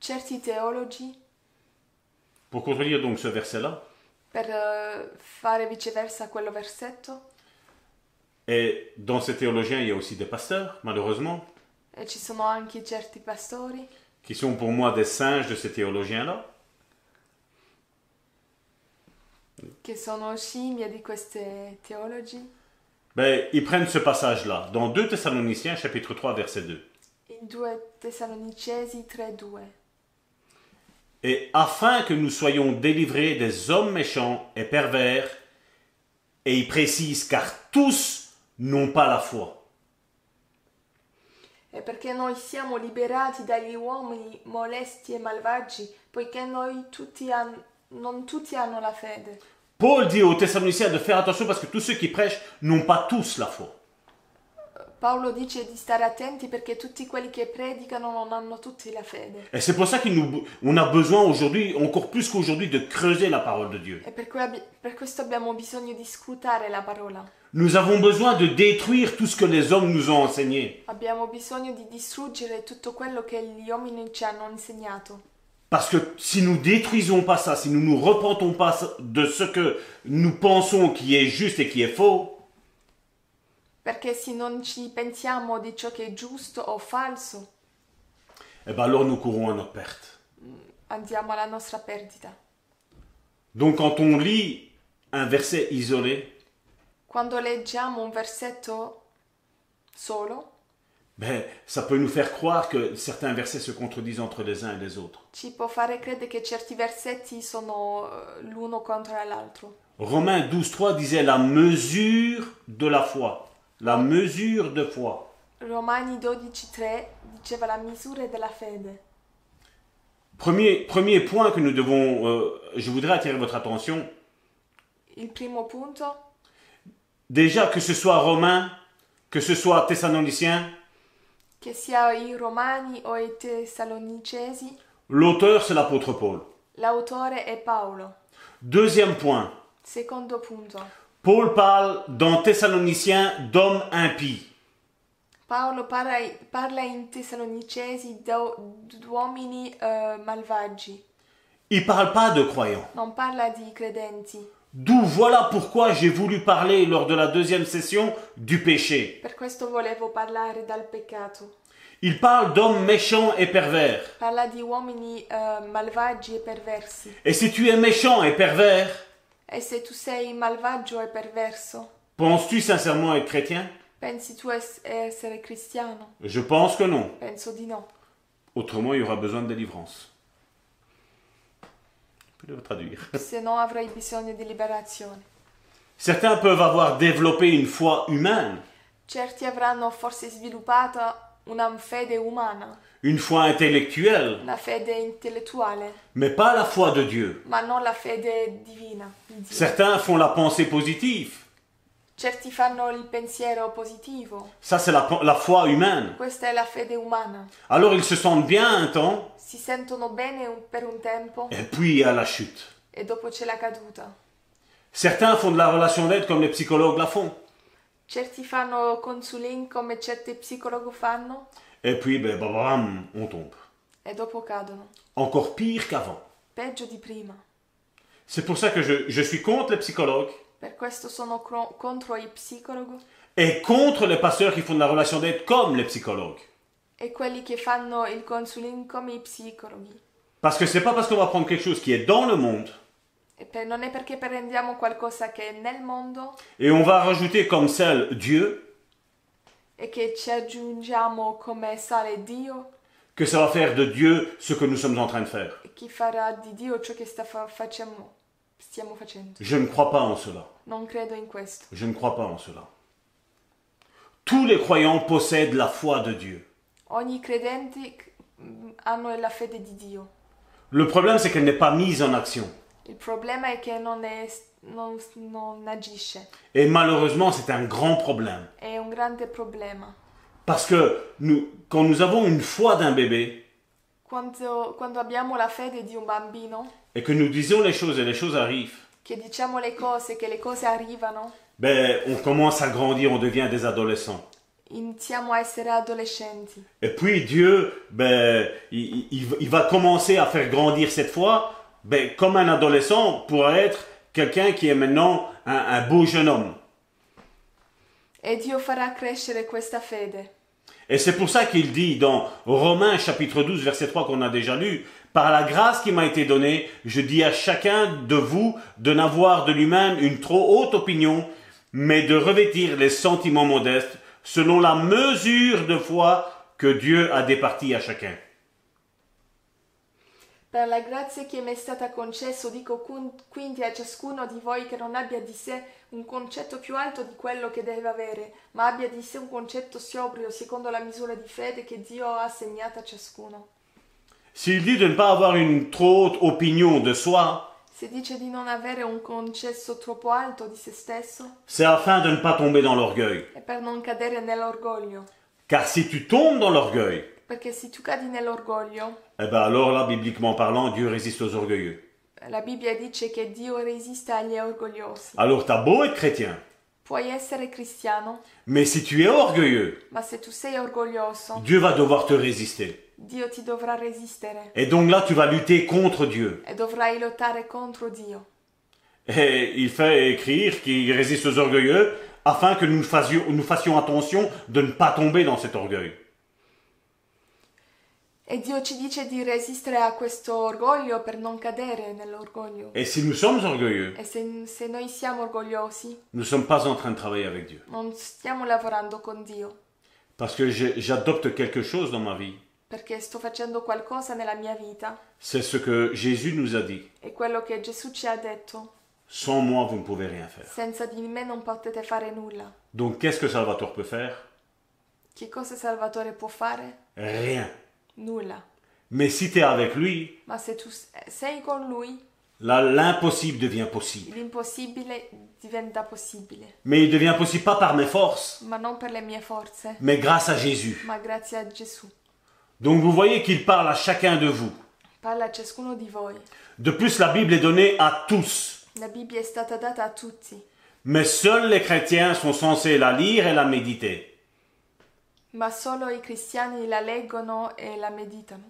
Speaker 1: Certi teologi,
Speaker 5: pour contredire donc ce verset-là,
Speaker 1: per eh, fare viceversa quello versetto,
Speaker 5: et dans ces théologiens, il y a aussi des pasteurs, malheureusement,
Speaker 1: e ci sono anche certi pastori,
Speaker 5: qui sont pour moi des singes de ces théologiens-là,
Speaker 1: che sono scimmie di questi teologi.
Speaker 5: ben, ils prennent ce passage-là, dans 2 Thessaloniciens, chapitre 3, verset 2.
Speaker 1: In 2 Tessalonicesi 3.2.
Speaker 5: Et afin que nous soyons délivrés des hommes méchants et pervers, et il précise, car tous n'ont pas la foi.
Speaker 1: E perché noi siamo liberati dagli uomini molesti e malvagi, poiché noi tutti han- non tutti hanno la fede.
Speaker 5: Paul dit aux Thessaloniciens de faire attention parce que tous ceux qui prêchent n'ont pas tous la foi.
Speaker 1: Paolo dice di stare attenti perché tutti quelli che predicano non hanno tutti la fede.
Speaker 5: Et c'est pour ça qu'on nous, on a besoin aujourd'hui, encore plus qu'aujourd'hui, de creuser la parole de Dieu.
Speaker 1: E per, cui abbi- per questo abbiamo bisogno di scrutare la parola.
Speaker 5: Nous avons besoin de détruire tout ce que les hommes nous ont enseigné.
Speaker 1: Abbiamo bisogno di distruggere tutto quello che gli uomini ci hanno insegnato.
Speaker 5: Parce que si nous détruisons pas ça, si nous nous repentons pas de ce que nous pensons qui est juste et qui est faux,
Speaker 1: Perché se non ci pensiamo di ciò che è giusto o falso,
Speaker 5: eh ben alors nous courons à notre perte.
Speaker 1: andiamo alla nostra perdita.
Speaker 5: Donc quand on lit un verset isolé,
Speaker 1: Quando leggiamo un versetto solo,
Speaker 5: ben, ça peut nous faire croire que certains versets se contredisent entre les uns et les autres.
Speaker 1: ci può fare credere che certi versetti sono eh, l'uno contro l'altro.
Speaker 5: Romains 12, 3 disait la mesure de la foi. La mesure de foi.
Speaker 1: Romani 12.3 diceva la misura della fede.
Speaker 5: Premier, premier point que nous devons, euh, je voudrais attirer votre attention,
Speaker 1: Il primo punto,
Speaker 5: déjà que ce soit Romain, que ce soit Thessalonicien,
Speaker 1: che sia i Romani o i Tessalonicesi,
Speaker 5: l'auteur c'est l'apôtre Paul.
Speaker 1: l'autore è Paolo.
Speaker 5: Deuxième point,
Speaker 1: Secondo punto,
Speaker 5: Paul parle dans Thessaloniciens d'hommes impies.
Speaker 1: Paolo parla, parla in Tessalonicesi do- di uomini eh, malvagi,
Speaker 5: Il parle pas de croyants.
Speaker 1: non parla di credenti.
Speaker 5: D'où voilà pourquoi j'ai voulu parler lors de la deuxième session du péché.
Speaker 1: Per questo volevo parlare dal peccato.
Speaker 5: Il parle d'hommes méchants et pervers.
Speaker 1: Parla di uomini eh, malvagi e perversi.
Speaker 5: Et si tu es méchant et pervers,
Speaker 1: E se tu sei malvagio e perverso,
Speaker 5: penses-tu sincèrement être chrétien
Speaker 1: pensi tu es- essere cristiano?
Speaker 5: Je pense que non.
Speaker 1: Penso di no.
Speaker 5: Autrement, il y aura besoin de délivrance. Je peux le traduire.
Speaker 1: se no avrai bisogno di liberazione.
Speaker 5: Certains peuvent avoir développé une foi humaine,
Speaker 1: Certi avranno forse sviluppato una fede umana,
Speaker 5: une foi intellectuelle,
Speaker 1: una fede intellettuale,
Speaker 5: mais pas la foi de Dieu.
Speaker 1: ma non la fede divina. di Dio.
Speaker 5: Certains font la pensée positive,
Speaker 1: Certi fanno il pensiero positivo,
Speaker 5: Ça, c'est la, la foi humaine.
Speaker 1: questa è la fede umana.
Speaker 5: Alors ils se sentent bien un temps,
Speaker 1: Si sentono bene un- per un tempo
Speaker 5: et puis il y a la chute.
Speaker 1: e dopo c'è la caduta.
Speaker 5: Certains font de la relation d'aide comme les psychologues la font.
Speaker 1: Certi fanno consuling come certi psicologi fanno
Speaker 5: Et puis, ben, bah, bam, on tombe.
Speaker 1: e dopo cadono.
Speaker 5: Encore pire qu'avant.
Speaker 1: Peggio di prima.
Speaker 5: C'est pour ça que je, je suis contre les psychologues
Speaker 1: Per questo sono cro- contro i psicologi
Speaker 5: et contre les pasteurs qui font de la relation d'aide comme les psychologues.
Speaker 1: e quelli che fanno il consuling come i psicologi.
Speaker 5: Parce que c'est pas parce qu'on va prendre quelque chose qui est dans le monde
Speaker 1: E per- non è perché prendiamo qualcosa che è nel mondo
Speaker 5: et on va rajouter comme celle Dieu
Speaker 1: e che ci aggiungiamo come sale Dio
Speaker 5: que ça va faire de Dieu ce que nous sommes en train de faire.
Speaker 1: e chi farà di Dio ciò che sta fa- facciamo- stiamo facendo.
Speaker 5: Je ne crois pas en cela.
Speaker 1: Non credo in questo.
Speaker 5: Je ne crois pas en cela. Tous les croyants possèdent la foi de Dieu.
Speaker 1: Ogni credente c- mh, hanno la fede di Dio.
Speaker 5: Le problème, c'est qu'elle n'est pas mise en action.
Speaker 1: Il problema è che non, è, non, non agisce.
Speaker 5: Et malheureusement, c'est un grand problème.
Speaker 1: È un grande problema.
Speaker 5: Parce que nous, quand nous avons une foi d'un bébé
Speaker 1: Quando, quando abbiamo la fede di un bambino,
Speaker 5: et que nous disons les choses et les choses arrivent,
Speaker 1: che diciamo le cose, che le cose arrivano,
Speaker 5: ben, on commence à grandir, on devient des adolescents.
Speaker 1: iniziamo a essere adolescenti.
Speaker 5: Et puis Dieu, ben, il, il- il va commencer à faire grandir cette foi ben, comme un adolescent pour être quelqu'un qui est maintenant un- un beau jeune homme.
Speaker 1: E Dio farà crescere questa fede.
Speaker 5: Et c'est pour ça qu'il dit dans Romains chapitre 12 verset 3 qu'on a déjà lu, Par la grâce qui m'a été donnée, je dis à chacun de vous de n'avoir de lui-même une trop haute opinion, mais de revêtir les sentiments modestes selon la mesure de foi que Dieu a départie à chacun.
Speaker 1: Per la grazia che mi è stata concessa, dico cun- quindi a ciascuno di voi che non abbia di sé un concetto più alto di quello che deve avere, ma abbia di sé un concetto sobrio secondo la misura di fede che Dio ha assegnata a ciascuno.
Speaker 5: S'il dit de ne pas avoir une trop haute opinion de soi,
Speaker 1: Se dice di non avere un concetto troppo alto di se stesso,
Speaker 5: c'est afin de ne pas tomber dans l'orgueil.
Speaker 1: è per non cadere nell'orgoglio,
Speaker 5: Car si tu tombes dans l'orgueil,
Speaker 1: perché se tu cadi nell'orgoglio,
Speaker 5: eh ben alors là, bibliquement parlant, Dieu résiste aux orgueilleux.
Speaker 1: la Bibbia dice che Dio resiste agli orgogliosi.
Speaker 5: Alors t'as beau être chrétien,
Speaker 1: Puoi essere cristiano,
Speaker 5: Mais si tu es orgueilleux,
Speaker 1: ma se tu sei orgoglioso,
Speaker 5: Dieu va devoir te résister.
Speaker 1: Dio ti dovrà resistere.
Speaker 5: Et donc là, tu vas lutter contre Dieu.
Speaker 1: e dovrai lottare contro Dio.
Speaker 5: Et il fait écrire qu'il résiste aux orgueilleux afin que nous fassions, nous fassions attention de ne pas tomber dans cet orgueil.
Speaker 1: E Dio ci dice di resistere a questo orgoglio per non cadere nell'orgoglio.
Speaker 5: Et si nous sommes orgueilleux,
Speaker 1: E se, se noi siamo orgogliosi,
Speaker 5: nous ne sommes pas en train de travailler avec Dieu.
Speaker 1: non stiamo lavorando con Dio,
Speaker 5: Parce que j'ai- j'adopte quelque chose dans ma vie.
Speaker 1: perché sto facendo qualcosa nella mia vita.
Speaker 5: C'est ce que Jésus nous a dit.
Speaker 1: E quello che Gesù ci ha detto,
Speaker 5: Sans moi, vous ne pouvez rien faire.
Speaker 1: senza di me non potete fare nulla.
Speaker 5: Donc qu'est-ce que Salvatore peut faire
Speaker 1: Che cosa Salvatore può fare?
Speaker 5: Rien.
Speaker 1: Nulla.
Speaker 5: Mais si tu es avec lui,
Speaker 1: Ma se tu s- eh, sei con lui,
Speaker 5: là, l'impossible devient possible.
Speaker 1: l'impossibile diventa possibile.
Speaker 5: Mais il devient possible pas par mes forces,
Speaker 1: Ma non per le mie forze,
Speaker 5: mais grâce à Jésus.
Speaker 1: ma grazie a Gesù.
Speaker 5: Donc vous voyez qu'il parle à chacun de vous.
Speaker 1: Parla a ciascuno di voi.
Speaker 5: De plus, la Bible est donnée à tous,
Speaker 1: La Bibbia è stata data a tutti,
Speaker 5: mais seuls les chrétiens sont censés la lire et la méditer.
Speaker 1: ma solo i cristiani la leggono e la meditano.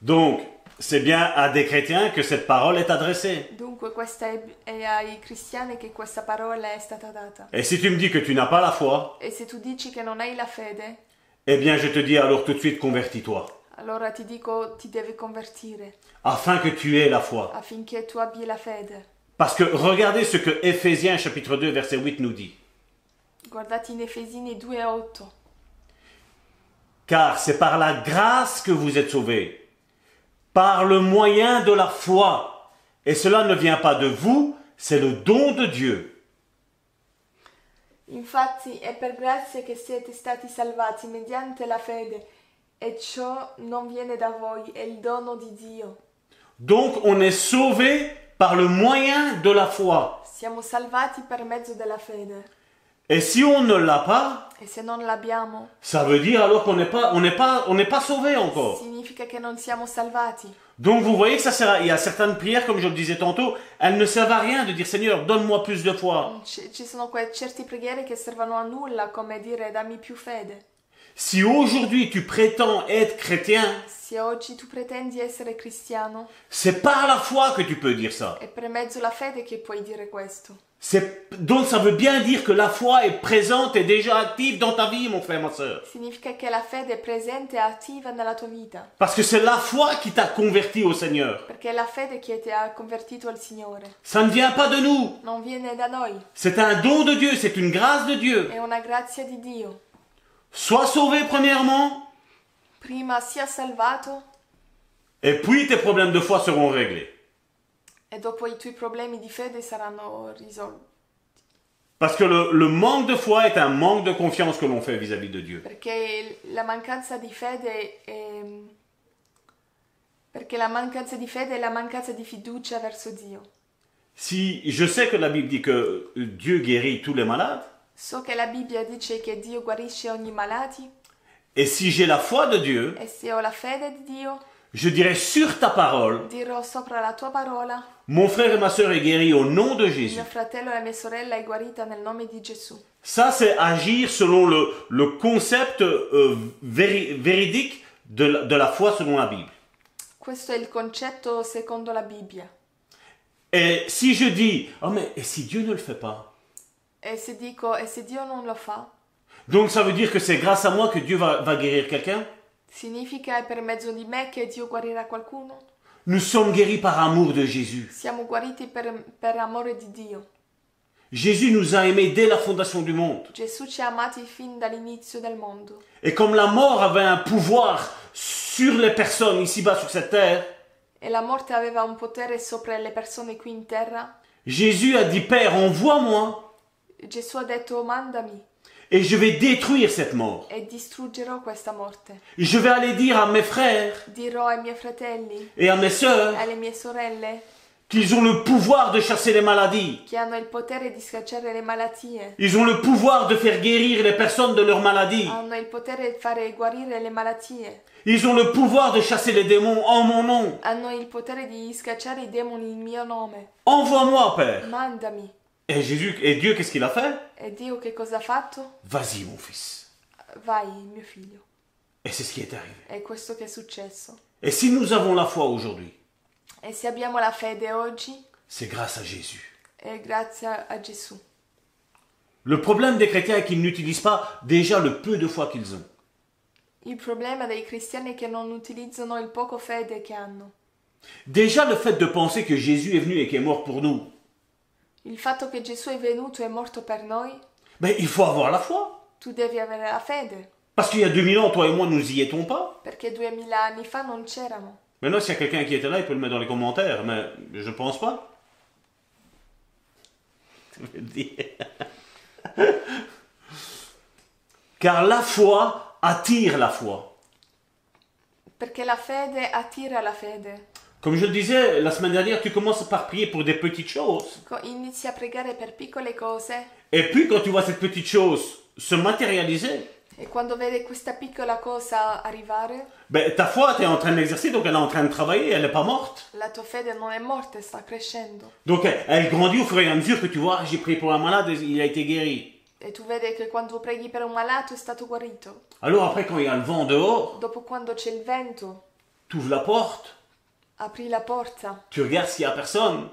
Speaker 5: Donc, c'est bien à des chrétiens que cette parole est adressée.
Speaker 1: Dunque questa è, è ai cristiani che questa parola è stata data.
Speaker 5: Et si tu me dis que tu n'as pas la foi,
Speaker 1: E se tu dici che non hai la fede,
Speaker 5: eh bien je te dis alors tout de suite convertis-toi,
Speaker 1: allora ti dico ti devi convertire
Speaker 5: afin que tu aies la foi.
Speaker 1: affinché tu abbia la fede.
Speaker 5: Parce que regardez ce que Éphésiens chapitre 2 verset 8 nous dit.
Speaker 1: Guardate in Efesini 2:8.
Speaker 5: Car c'est par la grâce que vous êtes sauvés, par le moyen de la foi. Et cela ne vient pas de vous, c'est le don de Dieu.
Speaker 1: Infatti è per grazia che siete stati salvati mediante la fede, e ciò non viene da voi, è il dono di Dio.
Speaker 5: Donc on est sauvés par le moyen de la foi.
Speaker 1: Siamo salvati per mezzo della fede.
Speaker 5: Et si on ne l'a pas,
Speaker 1: E se non l'abbiamo,
Speaker 5: ça veut dire alors qu'on n'est pas, on n'est pas, on n'est pas sauvé encore.
Speaker 1: significa che non siamo salvati.
Speaker 5: Donc vous voyez que ça sert à, il y a certaines prières, comme je le disais tantôt, elles ne servent à rien de dire Seigneur, donne-moi plus de foi.
Speaker 1: Ci ci sono que- certe preghiere che servono a nulla, come dire dammi più fede.
Speaker 5: Si aujourd'hui tu prétends être chrétien,
Speaker 1: Se oggi tu pretendi essere cristiano,
Speaker 5: c'est par la foi que tu peux dire ça.
Speaker 1: è per mezzo la fede che puoi dire questo.
Speaker 5: C'est, donc ça veut bien dire que la foi est présente et déjà active dans ta vie, mon frère, ma soeur.
Speaker 1: Significa che la fede è presente e attiva nella tua vita,
Speaker 5: Parce que c'est la foi qui t'a converti au Seigneur.
Speaker 1: perché è la fede che ti ha convertito al Signore.
Speaker 5: Ça ne vient pas de nous.
Speaker 1: Non viene da noi,
Speaker 5: C'est un don de Dieu, c'est une grâce de Dieu.
Speaker 1: è una grazia di Dio.
Speaker 5: Sois sauvé premièrement,
Speaker 1: Prima sia salvato
Speaker 5: et puis tes problèmes de foi seront réglés.
Speaker 1: e dopo i tuoi problemi di fede saranno risolti.
Speaker 5: Parce que le, le manque de foi est un manque de confiance que l'on fait vis-à-vis de Dieu.
Speaker 1: Perché il- la mancanza di fede è... Perché la mancanza di fede è la mancanza di fiducia verso Dio.
Speaker 5: Si je sais que la Bible dit que Dieu guérit tous les malades,
Speaker 1: So che la Bibbia dice che Dio guarisce ogni malati
Speaker 5: et si j'ai la foi de Dieu,
Speaker 1: e se ho la fede di Dio
Speaker 5: je dirai sur ta parole,
Speaker 1: dirò sopra la tua parola,
Speaker 5: mon frère et ma sœur est guéri au nom de Jésus.
Speaker 1: mio fratello e mia sorella è guarita nel nome di Gesù.
Speaker 5: Ça, c'est agir selon le, le concept euh, véri- véridique de la- de la foi selon la Bible.
Speaker 1: Questo è il concetto secondo la Bibbia.
Speaker 5: Et si je dis, oh mais et si Dieu ne le fait pas
Speaker 1: E se dico e se Dio non lo fa,
Speaker 5: Donc ça veut dire que c'est grâce à moi que Dieu va, va guérir quelqu'un
Speaker 1: significa è per mezzo di me che Dio guarirà qualcuno?
Speaker 5: Nous sommes guéris par amour de Jésus.
Speaker 1: Siamo guariti per, per amore di Dio.
Speaker 5: Jésus nous a aimés dès la fondation du monde.
Speaker 1: Gesù ci ha amati fin dall'inizio del mondo
Speaker 5: Et comme la mort avait un pouvoir sur les personnes ici-bas sur cette terre,
Speaker 1: e la morte aveva un potere sopra le persone qui in terra.
Speaker 5: Jésus a dit, Père, envoie-moi
Speaker 1: Gesù ha detto mandami
Speaker 5: et je vais détruire cette mort.
Speaker 1: e distruggerò questa morte.
Speaker 5: Je vais aller dire à mes frères
Speaker 1: Dirò ai miei fratelli,
Speaker 5: et à mes sœurs
Speaker 1: alle mie sorelle
Speaker 5: qu'ils ont le pouvoir de chasser les maladies.
Speaker 1: che hanno il potere di scacciare le malattie,
Speaker 5: Ils ont le pouvoir de faire guérir les personnes de leurs maladies.
Speaker 1: hanno il potere di fare guarire le malattie,
Speaker 5: Ils ont le pouvoir de chasser les démons en mon nom.
Speaker 1: hanno il potere di scacciare i demoni in mio nome.
Speaker 5: Envoie-moi, Père.
Speaker 1: Mandami.
Speaker 5: Et Jésus, et Dieu, qu'est-ce qu'il a fait
Speaker 1: E Dio che cosa ha fatto?
Speaker 5: Vas-y, mon fils.
Speaker 1: Vai, mio figlio.
Speaker 5: Et c'est ce qui est arrivé.
Speaker 1: È questo che è successo.
Speaker 5: Et si nous avons la foi aujourd'hui,
Speaker 1: E se abbiamo la fede oggi,
Speaker 5: c'est grâce à Jésus.
Speaker 1: è grazie a Gesù.
Speaker 5: Le problème des chrétiens est qu'ils n'utilisent pas déjà le peu de foi qu'ils ont.
Speaker 1: Il problema dei cristiani è che non utilizzano il poco fede che hanno.
Speaker 5: Déjà le fait de penser que Jésus est venu et qu'il est mort pour nous.
Speaker 1: Il fatto che Gesù è venuto e morto per noi,
Speaker 5: Mais Ben, il faut avoir la foi.
Speaker 1: tu devi avere la fede,
Speaker 5: Parce qu'il y a 2000 ans, toi et moi, nous y étions pas.
Speaker 1: perché duemila anni fa non c'erano.
Speaker 5: Maintenant, s'il y a quelqu'un qui était là, il peut le mettre dans les commentaires. Mais je pense pas. <laughs> Ça veut dire- <laughs> Car la foi attire la foi.
Speaker 1: Perché la fede attira la fede.
Speaker 5: Comme je le disais la semaine dernière, tu commences par prier pour des petites choses.
Speaker 1: Co- Inizi a pregare per piccole cose
Speaker 5: Et puis quand tu vois cette petite chose se matérialiser,
Speaker 1: e quando vedi questa piccola cosa arrivare,
Speaker 5: ben, ta foi, tu es en train de l'exercer, donc elle est en train de travailler, elle n'est pas morte.
Speaker 1: la tua fede non è morta, sta crescendo.
Speaker 5: Donc elle, elle grandit au fur et à mesure que tu vois, Ah, j'ai prié pour un malade, il a été guéri.
Speaker 1: E tu vedi che quando preghi per un malato è stato guarito.
Speaker 5: Alors après, quand il y a le vent dehors,
Speaker 1: Dopo quando c'è il vento,
Speaker 5: tu ouvres la porte,
Speaker 1: apri la porta,
Speaker 5: tu regardes s'il n'y a personne,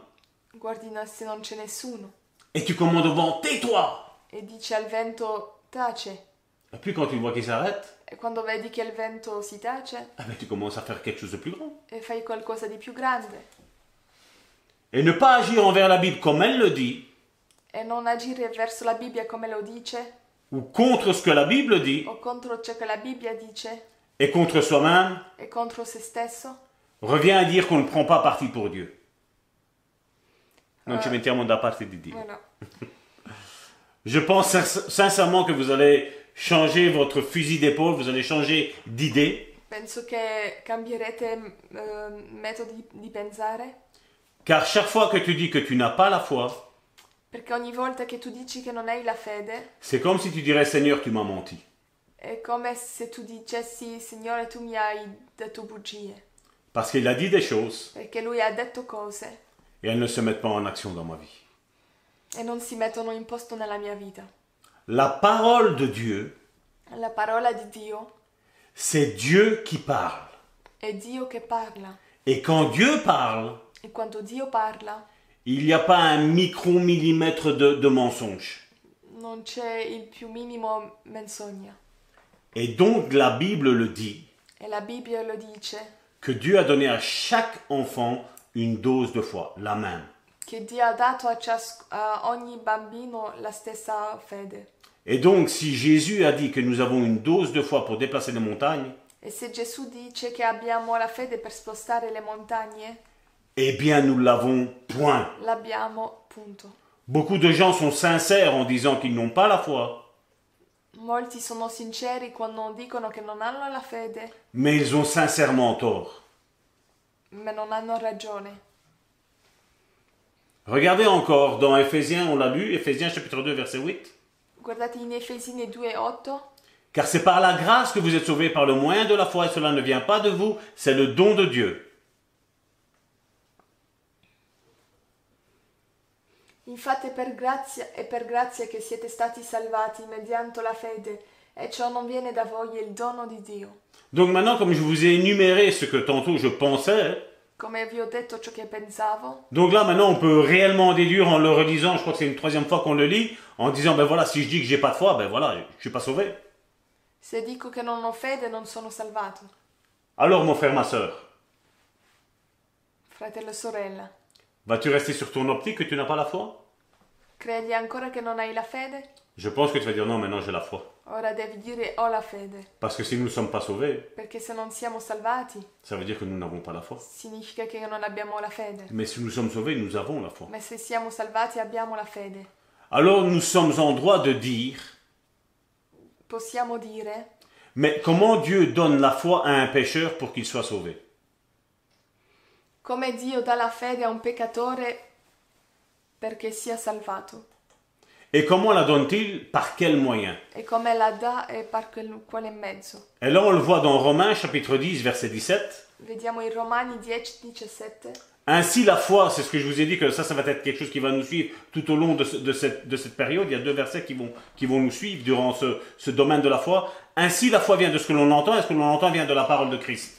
Speaker 1: guardi no- se non c'è nessuno.
Speaker 5: et tu commandes au vent, tais-toi
Speaker 1: e dice al vento tace.
Speaker 5: Et puis quand tu vois qu'il s'arrête,
Speaker 1: E quando vedi che il vento si tace
Speaker 5: ah ben, tu commences à faire quelque chose de plus grand.
Speaker 1: e fai qualcosa di più grande
Speaker 5: Et ne pas agir envers la Bible comme elle le dit,
Speaker 1: e non agire verso la Bibbia come lo dice
Speaker 5: ou contre ce que la Bible dit,
Speaker 1: o contro ciò che la Bibbia dice
Speaker 5: et contre soi-même,
Speaker 1: e contro se stesso
Speaker 5: revient à dire qu'on ne prend pas parti pour Dieu. Non ci mettiamo da parte di Dio.
Speaker 1: Eh no.
Speaker 5: Je pense sin- sincèrement que vous allez changer votre fusil d'épaule, vous allez changer d'idée,
Speaker 1: penso che cambierete m- eh, metodi di pensare
Speaker 5: car chaque fois que tu dis que tu n'as pas la foi,
Speaker 1: Perché ogni volta che tu dici che non hai la fede,
Speaker 5: C'est comme si tu dirais Seigneur, tu m'as menti.
Speaker 1: è come se tu dicessi Signore tu mi hai detto bugie,
Speaker 5: Parce qu'il a dit des choses
Speaker 1: perché lui ha detto cose
Speaker 5: et elles ne se mettent pas en action dans ma vie.
Speaker 1: e non si mettono in posto nella mia vita.
Speaker 5: La parole de Dieu,
Speaker 1: La parola di Dio
Speaker 5: c'est Dieu qui parle.
Speaker 1: è Dio che parla
Speaker 5: Et quand Dieu parle,
Speaker 1: e quando Dio parla
Speaker 5: il n'y a pas un micro-millimètre de, de mensonge.
Speaker 1: non c'è il più minimo menzogna.
Speaker 5: Et donc la Bible le dit,
Speaker 1: E la Bibbia lo dice
Speaker 5: que Dieu a donné à chaque enfant une dose de foi, la même.
Speaker 1: che Dio ha dato a, cias- a ogni bambino la stessa fede.
Speaker 5: Et donc si Jésus a dit que nous avons une dose de foi pour déplacer les montagnes,
Speaker 1: E se Gesù dice che abbiamo la fede per spostare le montagne,
Speaker 5: eh bien nous l'avons point.
Speaker 1: l'abbiamo, punto.
Speaker 5: Beaucoup de gens sont sincères en disant qu'ils n'ont pas la foi,
Speaker 1: Molti sono sinceri quando dicono che non hanno la fede,
Speaker 5: mais ils ont sincèrement tort.
Speaker 1: ma non hanno ragione.
Speaker 5: Regardez encore dans Éphésiens, on l'a lu, Ephésiens chapitre 2 verset 8.
Speaker 1: Guardate in Efesini 2:8,
Speaker 5: Car c'est par la grâce que vous êtes sauvés par le moyen de la foi, et cela ne vient pas de vous, c'est le don de Dieu.
Speaker 1: infatti è per grazia è per grazia che siete stati salvati mediante la fede, e ciò non viene da voi, è il dono di Dio.
Speaker 5: Donc maintenant, comme je vous ai énuméré ce que tantôt je pensais,
Speaker 1: Come vi ho detto ciò che pensavo,
Speaker 5: donc là maintenant on peut réellement en déduire en le relisant, je crois que c'est une troisième fois qu'on le lit, en disant ben voilà, si je dis que j'ai pas de foi, ben voilà, je suis pas sauvé.
Speaker 1: se dico che non ho fede non sono salvato.
Speaker 5: Alors mon frère, ma sœur,
Speaker 1: Fratello e sorella,
Speaker 5: vas-tu rester sur ton optique que tu n'as pas la foi
Speaker 1: credi ancora che non hai la fede?
Speaker 5: Je pense que tu vas dire non, maintenant j'ai la foi.
Speaker 1: Ora devi dire ho la fede,
Speaker 5: Parce que si nous ne sommes pas sauvés,
Speaker 1: perché se non siamo salvati
Speaker 5: ça veut dire que nous n'avons pas la foi.
Speaker 1: significa che non abbiamo la fede.
Speaker 5: Mais si nous sommes sauvés, nous avons la foi.
Speaker 1: Ma se siamo salvati abbiamo la fede.
Speaker 5: Alors nous sommes en droit de dire,
Speaker 1: Possiamo dire,
Speaker 5: mais comment Dieu donne la foi à un pécheur pour qu'il soit sauvé
Speaker 1: come Dio dà la fede a un peccatore perché sia salvato.
Speaker 5: Et comment la donne-t-il Par quels moyens
Speaker 1: E come la dà e per quel- quale mezzo.
Speaker 5: Et là on le voit dans Romains chapitre 10 verset 17.
Speaker 1: Vediamo in Romani 10, 17.
Speaker 5: Ainsi la foi, c'est ce que je vous ai dit que ça, ça va être quelque chose qui va nous suivre tout au long de, ce- de cette, de cette période. Il y a deux versets qui vont, qui vont nous suivre durant ce, ce domaine de la foi. Ainsi la foi vient de ce que l'on entend et ce que l'on entend vient de la parole de Christ.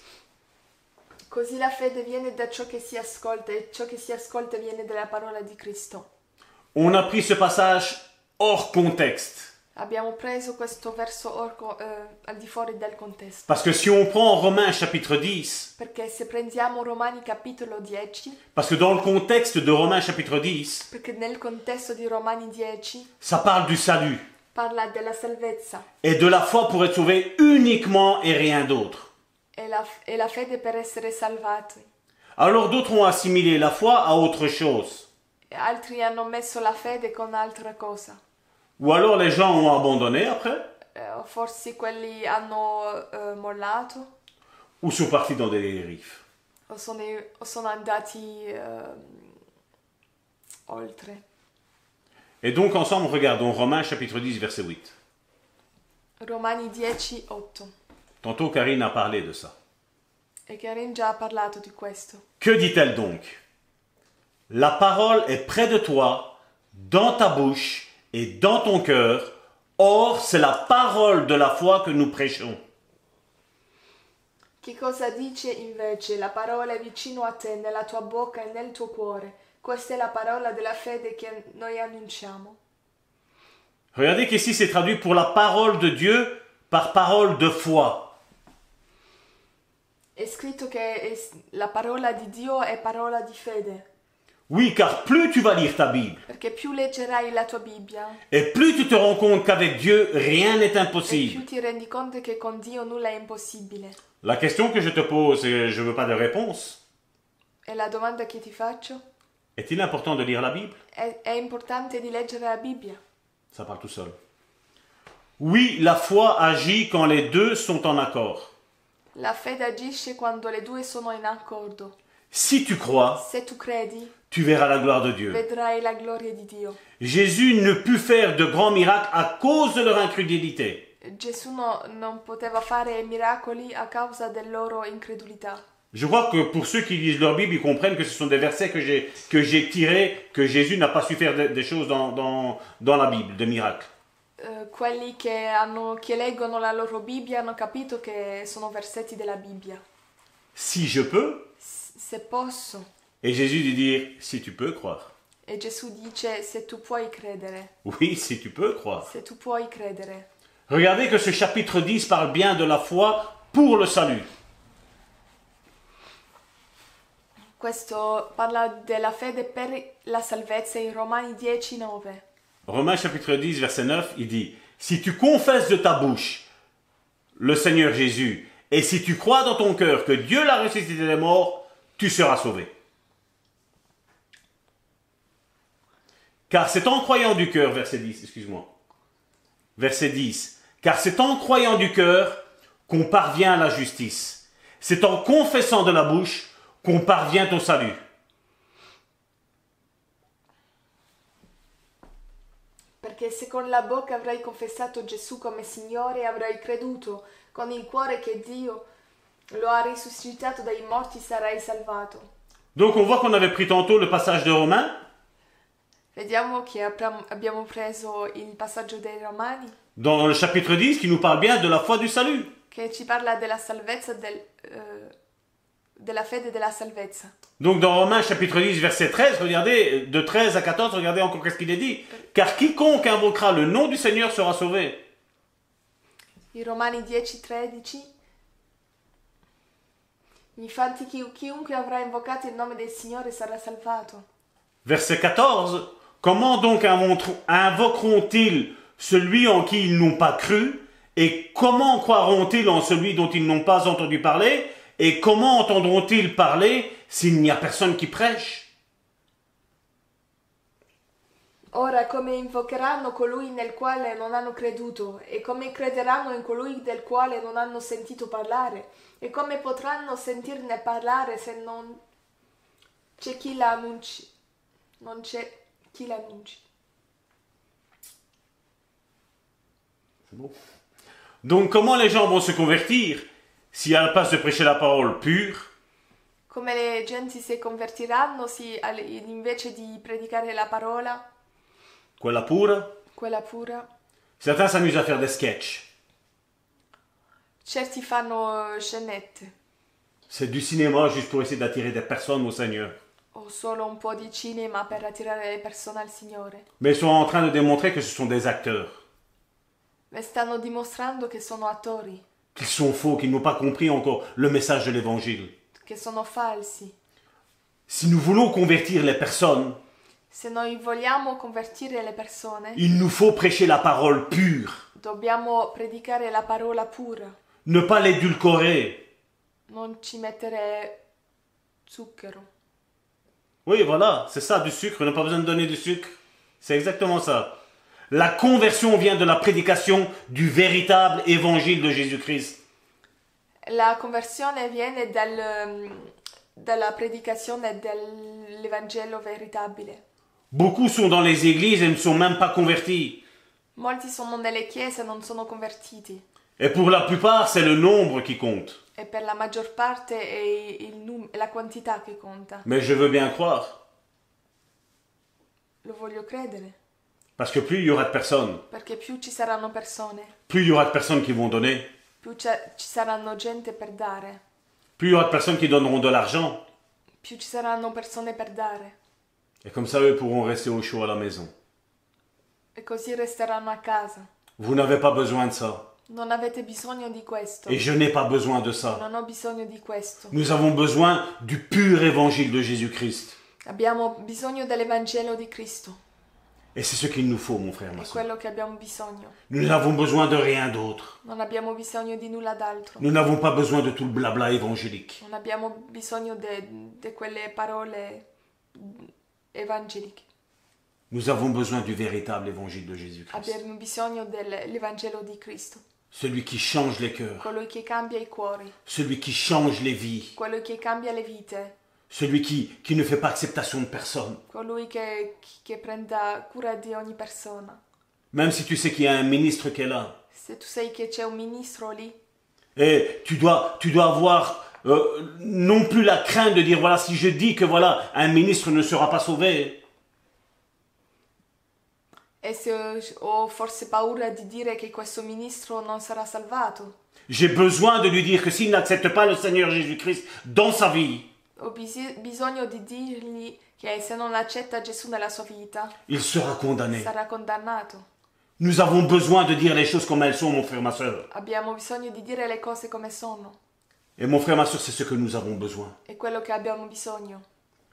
Speaker 1: Così la fede viene da ciò che si ascolta e ciò che si ascolta viene dalla parola di Cristo.
Speaker 5: On a pris ce passage hors contexte.
Speaker 1: Abbiamo preso questo verso orco, eh, al di fuori del contesto.
Speaker 5: Parce que si on prend Romains chapitre 10,
Speaker 1: Perché se prendiamo Romani capitolo 10,
Speaker 5: parce que dans le contexte de Romains chapitre 10,
Speaker 1: perché nel contesto di Romani 10
Speaker 5: ça parle du salut
Speaker 1: parla della salvezza
Speaker 5: et de la foi pour être sauvé uniquement et rien d'autre.
Speaker 1: e la, e la fede per essere salvati.
Speaker 5: Alors d'autres ont assimilé la foi à autre chose.
Speaker 1: E Altri hanno messo la fede con altra cosa.
Speaker 5: Ou alors les gens ont abandonné après,
Speaker 1: Eh, o forse quelli hanno eh, mollato
Speaker 5: ou sont partis dans des dérives.
Speaker 1: o sono, o sono andati ehm, oltre.
Speaker 5: Et donc ensemble, regardons Romains chapitre 10 verset 8.
Speaker 1: Romani 10, 8.
Speaker 5: Tantôt Karine a parlé de ça.
Speaker 1: E Karin già ha parlato di questo.
Speaker 5: Que dit-elle donc La parole est près de toi, dans ta bouche et dans ton cœur. Or, c'est la parole de la foi que nous prêchons.
Speaker 1: Che cosa dice invece? La parola è vicino a te, nella tua bocca e nel tuo cuore. Questa è la parola della fede che noi annunciamo.
Speaker 5: Regardez qu'ici c'est traduit pour la parole de Dieu par parole de foi.
Speaker 1: È scritto che è s- la parola di Dio è parola di fede,
Speaker 5: Oui, car plus tu vas lire ta Bible,
Speaker 1: perché più leggerai la tua Bibbia
Speaker 5: et plus tu te rends compte qu'avec Dieu, rien n'est
Speaker 1: e più
Speaker 5: impossible.
Speaker 1: ti rendi conto che con Dio nulla è impossibile.
Speaker 5: La question que je te pose, et je veux pas de réponse,
Speaker 1: E la domanda che ti faccio?
Speaker 5: est-il important de lire la Bible
Speaker 1: È, è importante di leggere la Bibbia?
Speaker 5: Ça parle tout seul. Oui, la foi agit quand les deux sont en accord.
Speaker 1: La fede agisce quando le due sono in accordo.
Speaker 5: Si tu crois,
Speaker 1: Se tu credi,
Speaker 5: tu verras la gloire de Dieu.
Speaker 1: vedrai la gloria di Dio.
Speaker 5: Jésus ne put faire de grands miracles à cause de leur incrédulité.
Speaker 1: Gesù no- non poteva fare miracoli a causa della loro incredulità.
Speaker 5: Je crois que pour ceux qui lisent leur Bible, ils comprennent que ce sont des versets que j'ai, que j'ai tirés, que Jésus n'a pas su faire de- des choses dans, dans, dans la Bible, de miracles.
Speaker 1: Eh, quelli che, hanno- che leggono la loro Bibbia hanno capito che sono versetti della Bibbia.
Speaker 5: Si je peux,
Speaker 1: S- Se posso.
Speaker 5: et Jésus dit dire, si tu peux croire.
Speaker 1: E Gesù dice se tu puoi credere,
Speaker 5: Oui, si tu peux croire.
Speaker 1: se tu puoi credere.
Speaker 5: Regardez que ce chapitre 10 parle bien de la foi pour le salut.
Speaker 1: Questo parla della fede per la salvezza in Romani 10, 9.
Speaker 5: Romains chapitre 10, verset 9, il dit, Si tu confesses de ta bouche le Seigneur Jésus, et si tu crois dans ton cœur que Dieu l'a ressuscité des morts, tu seras sauvé. Car c'est en croyant du cœur, verset 10, excuse-moi, verset 10, car c'est en croyant du cœur qu'on parvient à la justice. C'est en confessant de la bouche qu'on parvient au salut.
Speaker 1: Perché se con la bocca avrai confessato Gesù come Signore e avrai creduto con il cuore che Dio lo ha risuscitato dai morti sarai salvato.
Speaker 5: Donc on voit qu'on avait pris tantôt le passage de Romains,
Speaker 1: Vediamo che abram- abbiamo preso il passaggio dei Romani
Speaker 5: dans le chapitre 10 qui nous parle bien de la foi du salut.
Speaker 1: che ci parla della salvezza, del, eh, della fede della salvezza.
Speaker 5: Donc dans Romains chapitre 10 verset 13, regardez, de 13 à 14, regardez encore qu'est-ce qu'il est dit. Car quiconque invoquera le nom du Seigneur sera sauvé.
Speaker 1: I Romani 10, 13. Infatti chi- chiunque avrà invocato il nome del Signore sarà salvato.
Speaker 5: Verset 14, comment donc inventer- invoqueront-ils celui en qui ils n'ont pas cru Et comment croiront-ils en celui dont ils n'ont pas entendu parler Et comment entendront-ils parler s'il n'y a personne qui prêche
Speaker 1: Ora come invocheranno colui nel quale non hanno creduto e come crederanno in colui del quale non hanno sentito parlare e come potranno sentirne parlare se non c'è chi la annunci. Non c'è chi la annunci.
Speaker 5: Donc comment les gens vont se convertir si à la place de prêcher la parole pure,
Speaker 1: Come le genti si convertiranno si, al- invece di predicare la parola,
Speaker 5: quella pura,
Speaker 1: quella pura,
Speaker 5: certains s'amusent à faire des sketchs.
Speaker 1: certi fanno eh, scenette
Speaker 5: C'est du cinéma juste pour essayer d'attirer des personnes au Seigneur.
Speaker 1: o solo un po' di cinema per attirare le persone al Signore,
Speaker 5: Mais ils sont en train de démontrer que ce sont des acteurs,
Speaker 1: ma stanno dimostrando che sono attori.
Speaker 5: qu'ils sont faux, qu'ils n'ont pas compris encore le message de l'Évangile.
Speaker 1: che sono falsi.
Speaker 5: Si nous voulons convertir les personnes,
Speaker 1: Se noi vogliamo convertire le persone,
Speaker 5: il nous faut prêcher la parole pure,
Speaker 1: dobbiamo predicare la parola pura,
Speaker 5: ne pas l'édulcorer.
Speaker 1: non ci mettere zucchero.
Speaker 5: Oui, voilà, c'est ça, du sucre, on n'a pas besoin de donner du sucre. C'est exactement ça. La conversion vient de la prédication du véritable évangile de Jésus-Christ.
Speaker 1: La conversione viene dal, mm, dalla predicazione dell'Evangelo veritabile.
Speaker 5: Beaucoup sont dans les églises et ne sont même pas convertis.
Speaker 1: Molti sono nelle chiese e non sono convertiti
Speaker 5: Et pour la plupart, c'est le nombre qui compte.
Speaker 1: e per la maggior parte è il num- è la quantità che conta.
Speaker 5: Mais je veux bien croire,
Speaker 1: Lo voglio credere,
Speaker 5: parce que plus il y aura de personnes,
Speaker 1: perché più ci saranno persone,
Speaker 5: plus il y aura de personnes qui vont donner,
Speaker 1: più c'è- ci saranno gente per dare.
Speaker 5: plus il y aura de personnes qui donneront de l'argent,
Speaker 1: più ci saranno persone per dare
Speaker 5: et comme ça, eux pourront rester au chaud à la maison.
Speaker 1: e così resteranno a casa.
Speaker 5: Vous n'avez pas besoin de ça,
Speaker 1: Non avete bisogno di questo.
Speaker 5: et je n'ai pas besoin de ça.
Speaker 1: Non ho bisogno di questo.
Speaker 5: Nous avons besoin du pur évangile de Jésus-Christ.
Speaker 1: Abbiamo bisogno dell'Evangelo di Cristo.
Speaker 5: Et c'est ce qu'il nous faut, mon frère, ma
Speaker 1: È
Speaker 5: soeur.
Speaker 1: quello che abbiamo bisogno.
Speaker 5: Nous n'avons besoin de rien d'autre.
Speaker 1: Non abbiamo bisogno di nulla d'altro.
Speaker 5: Nous n'avons pas besoin de tout le blabla évangélique.
Speaker 1: Non abbiamo bisogno di quelle parole evangeliche.
Speaker 5: Nous avons besoin du véritable évangile de Jésus-Christ.
Speaker 1: Abbiamo bisogno dell'Evangelo di Cristo.
Speaker 5: Celui qui change les cœurs,
Speaker 1: Colui che cambia i cuori,
Speaker 5: celui qui change les vies,
Speaker 1: colui che cambia le vite,
Speaker 5: celui qui, qui ne fait pas acceptation de personne.
Speaker 1: colui che, che prenda cura di ogni persona.
Speaker 5: Même si tu sais qu'il y a un ministre qui est là.
Speaker 1: Se tu sai che c'è un ministro lì,
Speaker 5: Et tu dois, tu dois avoir euh, non plus la crainte de dire, voilà, si je dis que voilà, un ministre ne sera pas sauvé,
Speaker 1: e se ho forse paura di dire che questo ministro non sarà salvato,
Speaker 5: j'ai besoin de lui dire que s'il n'accepte pas le Seigneur Jésus-Christ dans sa vie,
Speaker 1: ho bisi- bisogno di dirgli che se non accetta Gesù nella sua vita
Speaker 5: il sera condamné.
Speaker 1: sarà condannato.
Speaker 5: Nous avons besoin de dire les choses comme elles sont, mon frère, ma soeur.
Speaker 1: Abbiamo bisogno di dire le cose come sono,
Speaker 5: Et mon frère, ma soeur, c'est ce que nous avons besoin.
Speaker 1: è quello che abbiamo bisogno.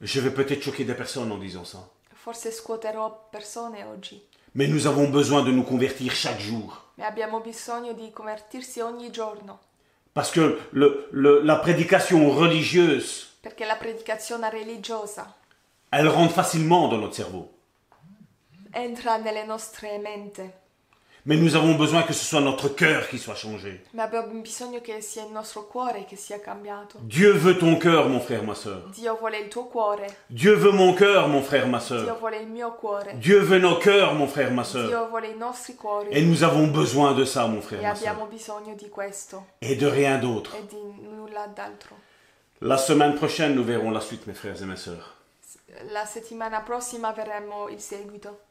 Speaker 5: Je vais peut-être choquer des personnes en disant ça.
Speaker 1: Forse scuoterò persone oggi,
Speaker 5: Mais nous avons besoin de nous convertir chaque jour.
Speaker 1: ma abbiamo bisogno di convertirsi ogni giorno,
Speaker 5: Parce que le- le- la prédication religieuse,
Speaker 1: perché la predicazione religiosa
Speaker 5: elle rentre facilement dans notre cerveau.
Speaker 1: entra nelle nostre menti.
Speaker 5: Mais nous avons besoin que ce soit notre cœur qui soit changé.
Speaker 1: Ma abbiamo bisogno che sia il nostro cuore che sia cambiato.
Speaker 5: Dieu veut ton cœur, mon frère, ma soeur.
Speaker 1: Dio vuole il tuo cuore,
Speaker 5: Dieu veut mon cœur, mon frère, ma
Speaker 1: Dio
Speaker 5: soeur.
Speaker 1: vuole il mio cuore,
Speaker 5: Dieu veut nos cœurs, mon frère, ma soeur.
Speaker 1: Dio vuole i nostri cuori
Speaker 5: Et nous avons besoin de ça, mon frère,
Speaker 1: e
Speaker 5: ma soeur.
Speaker 1: abbiamo bisogno di questo
Speaker 5: Et de rien d'autre.
Speaker 1: e di nulla d'altro.
Speaker 5: La semaine prochaine, nous verrons la suite, mes frères et mes soeurs.
Speaker 1: La settimana prossima verremo il seguito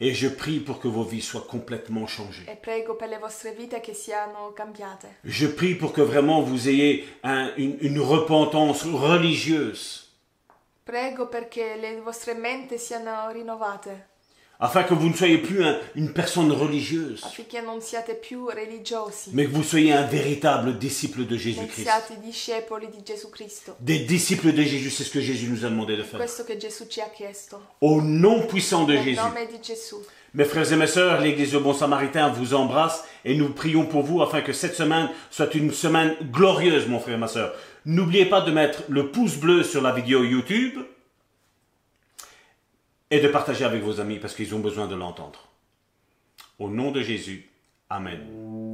Speaker 5: Et je prie pour que vos vies soient complètement changées.
Speaker 1: e prego per le vostre vite che siano cambiate.
Speaker 5: Je prie pour que vraiment vous ayez un- une- une repentance religieuse.
Speaker 1: Prego perché le vostre menti siano rinnovate
Speaker 5: afin que vous ne soyez plus un- une personne religieuse,
Speaker 1: affinché non siate più religiosi,
Speaker 5: mais que vous soyez un véritable disciple de
Speaker 1: ma
Speaker 5: Jésus-Christ.
Speaker 1: siate discepoli di Gesù Cristo.
Speaker 5: Des disciples de Jésus, c'est ce que Jésus nous a demandé de faire.
Speaker 1: Questo che Gesù ci ha chiesto.
Speaker 5: Au nom puissant de
Speaker 1: Nel
Speaker 5: Jésus.
Speaker 1: nome di Gesù.
Speaker 5: Mes frères et mes sœurs, l'Église du Bon Samaritain vous embrasse et nous prions pour vous afin que cette semaine soit une semaine glorieuse, mon frère et ma sœur. N'oubliez pas de mettre le pouce bleu sur la vidéo YouTube et de partager avec vos amis parce qu'ils ont besoin de l'entendre. Au nom de Jésus, Amen.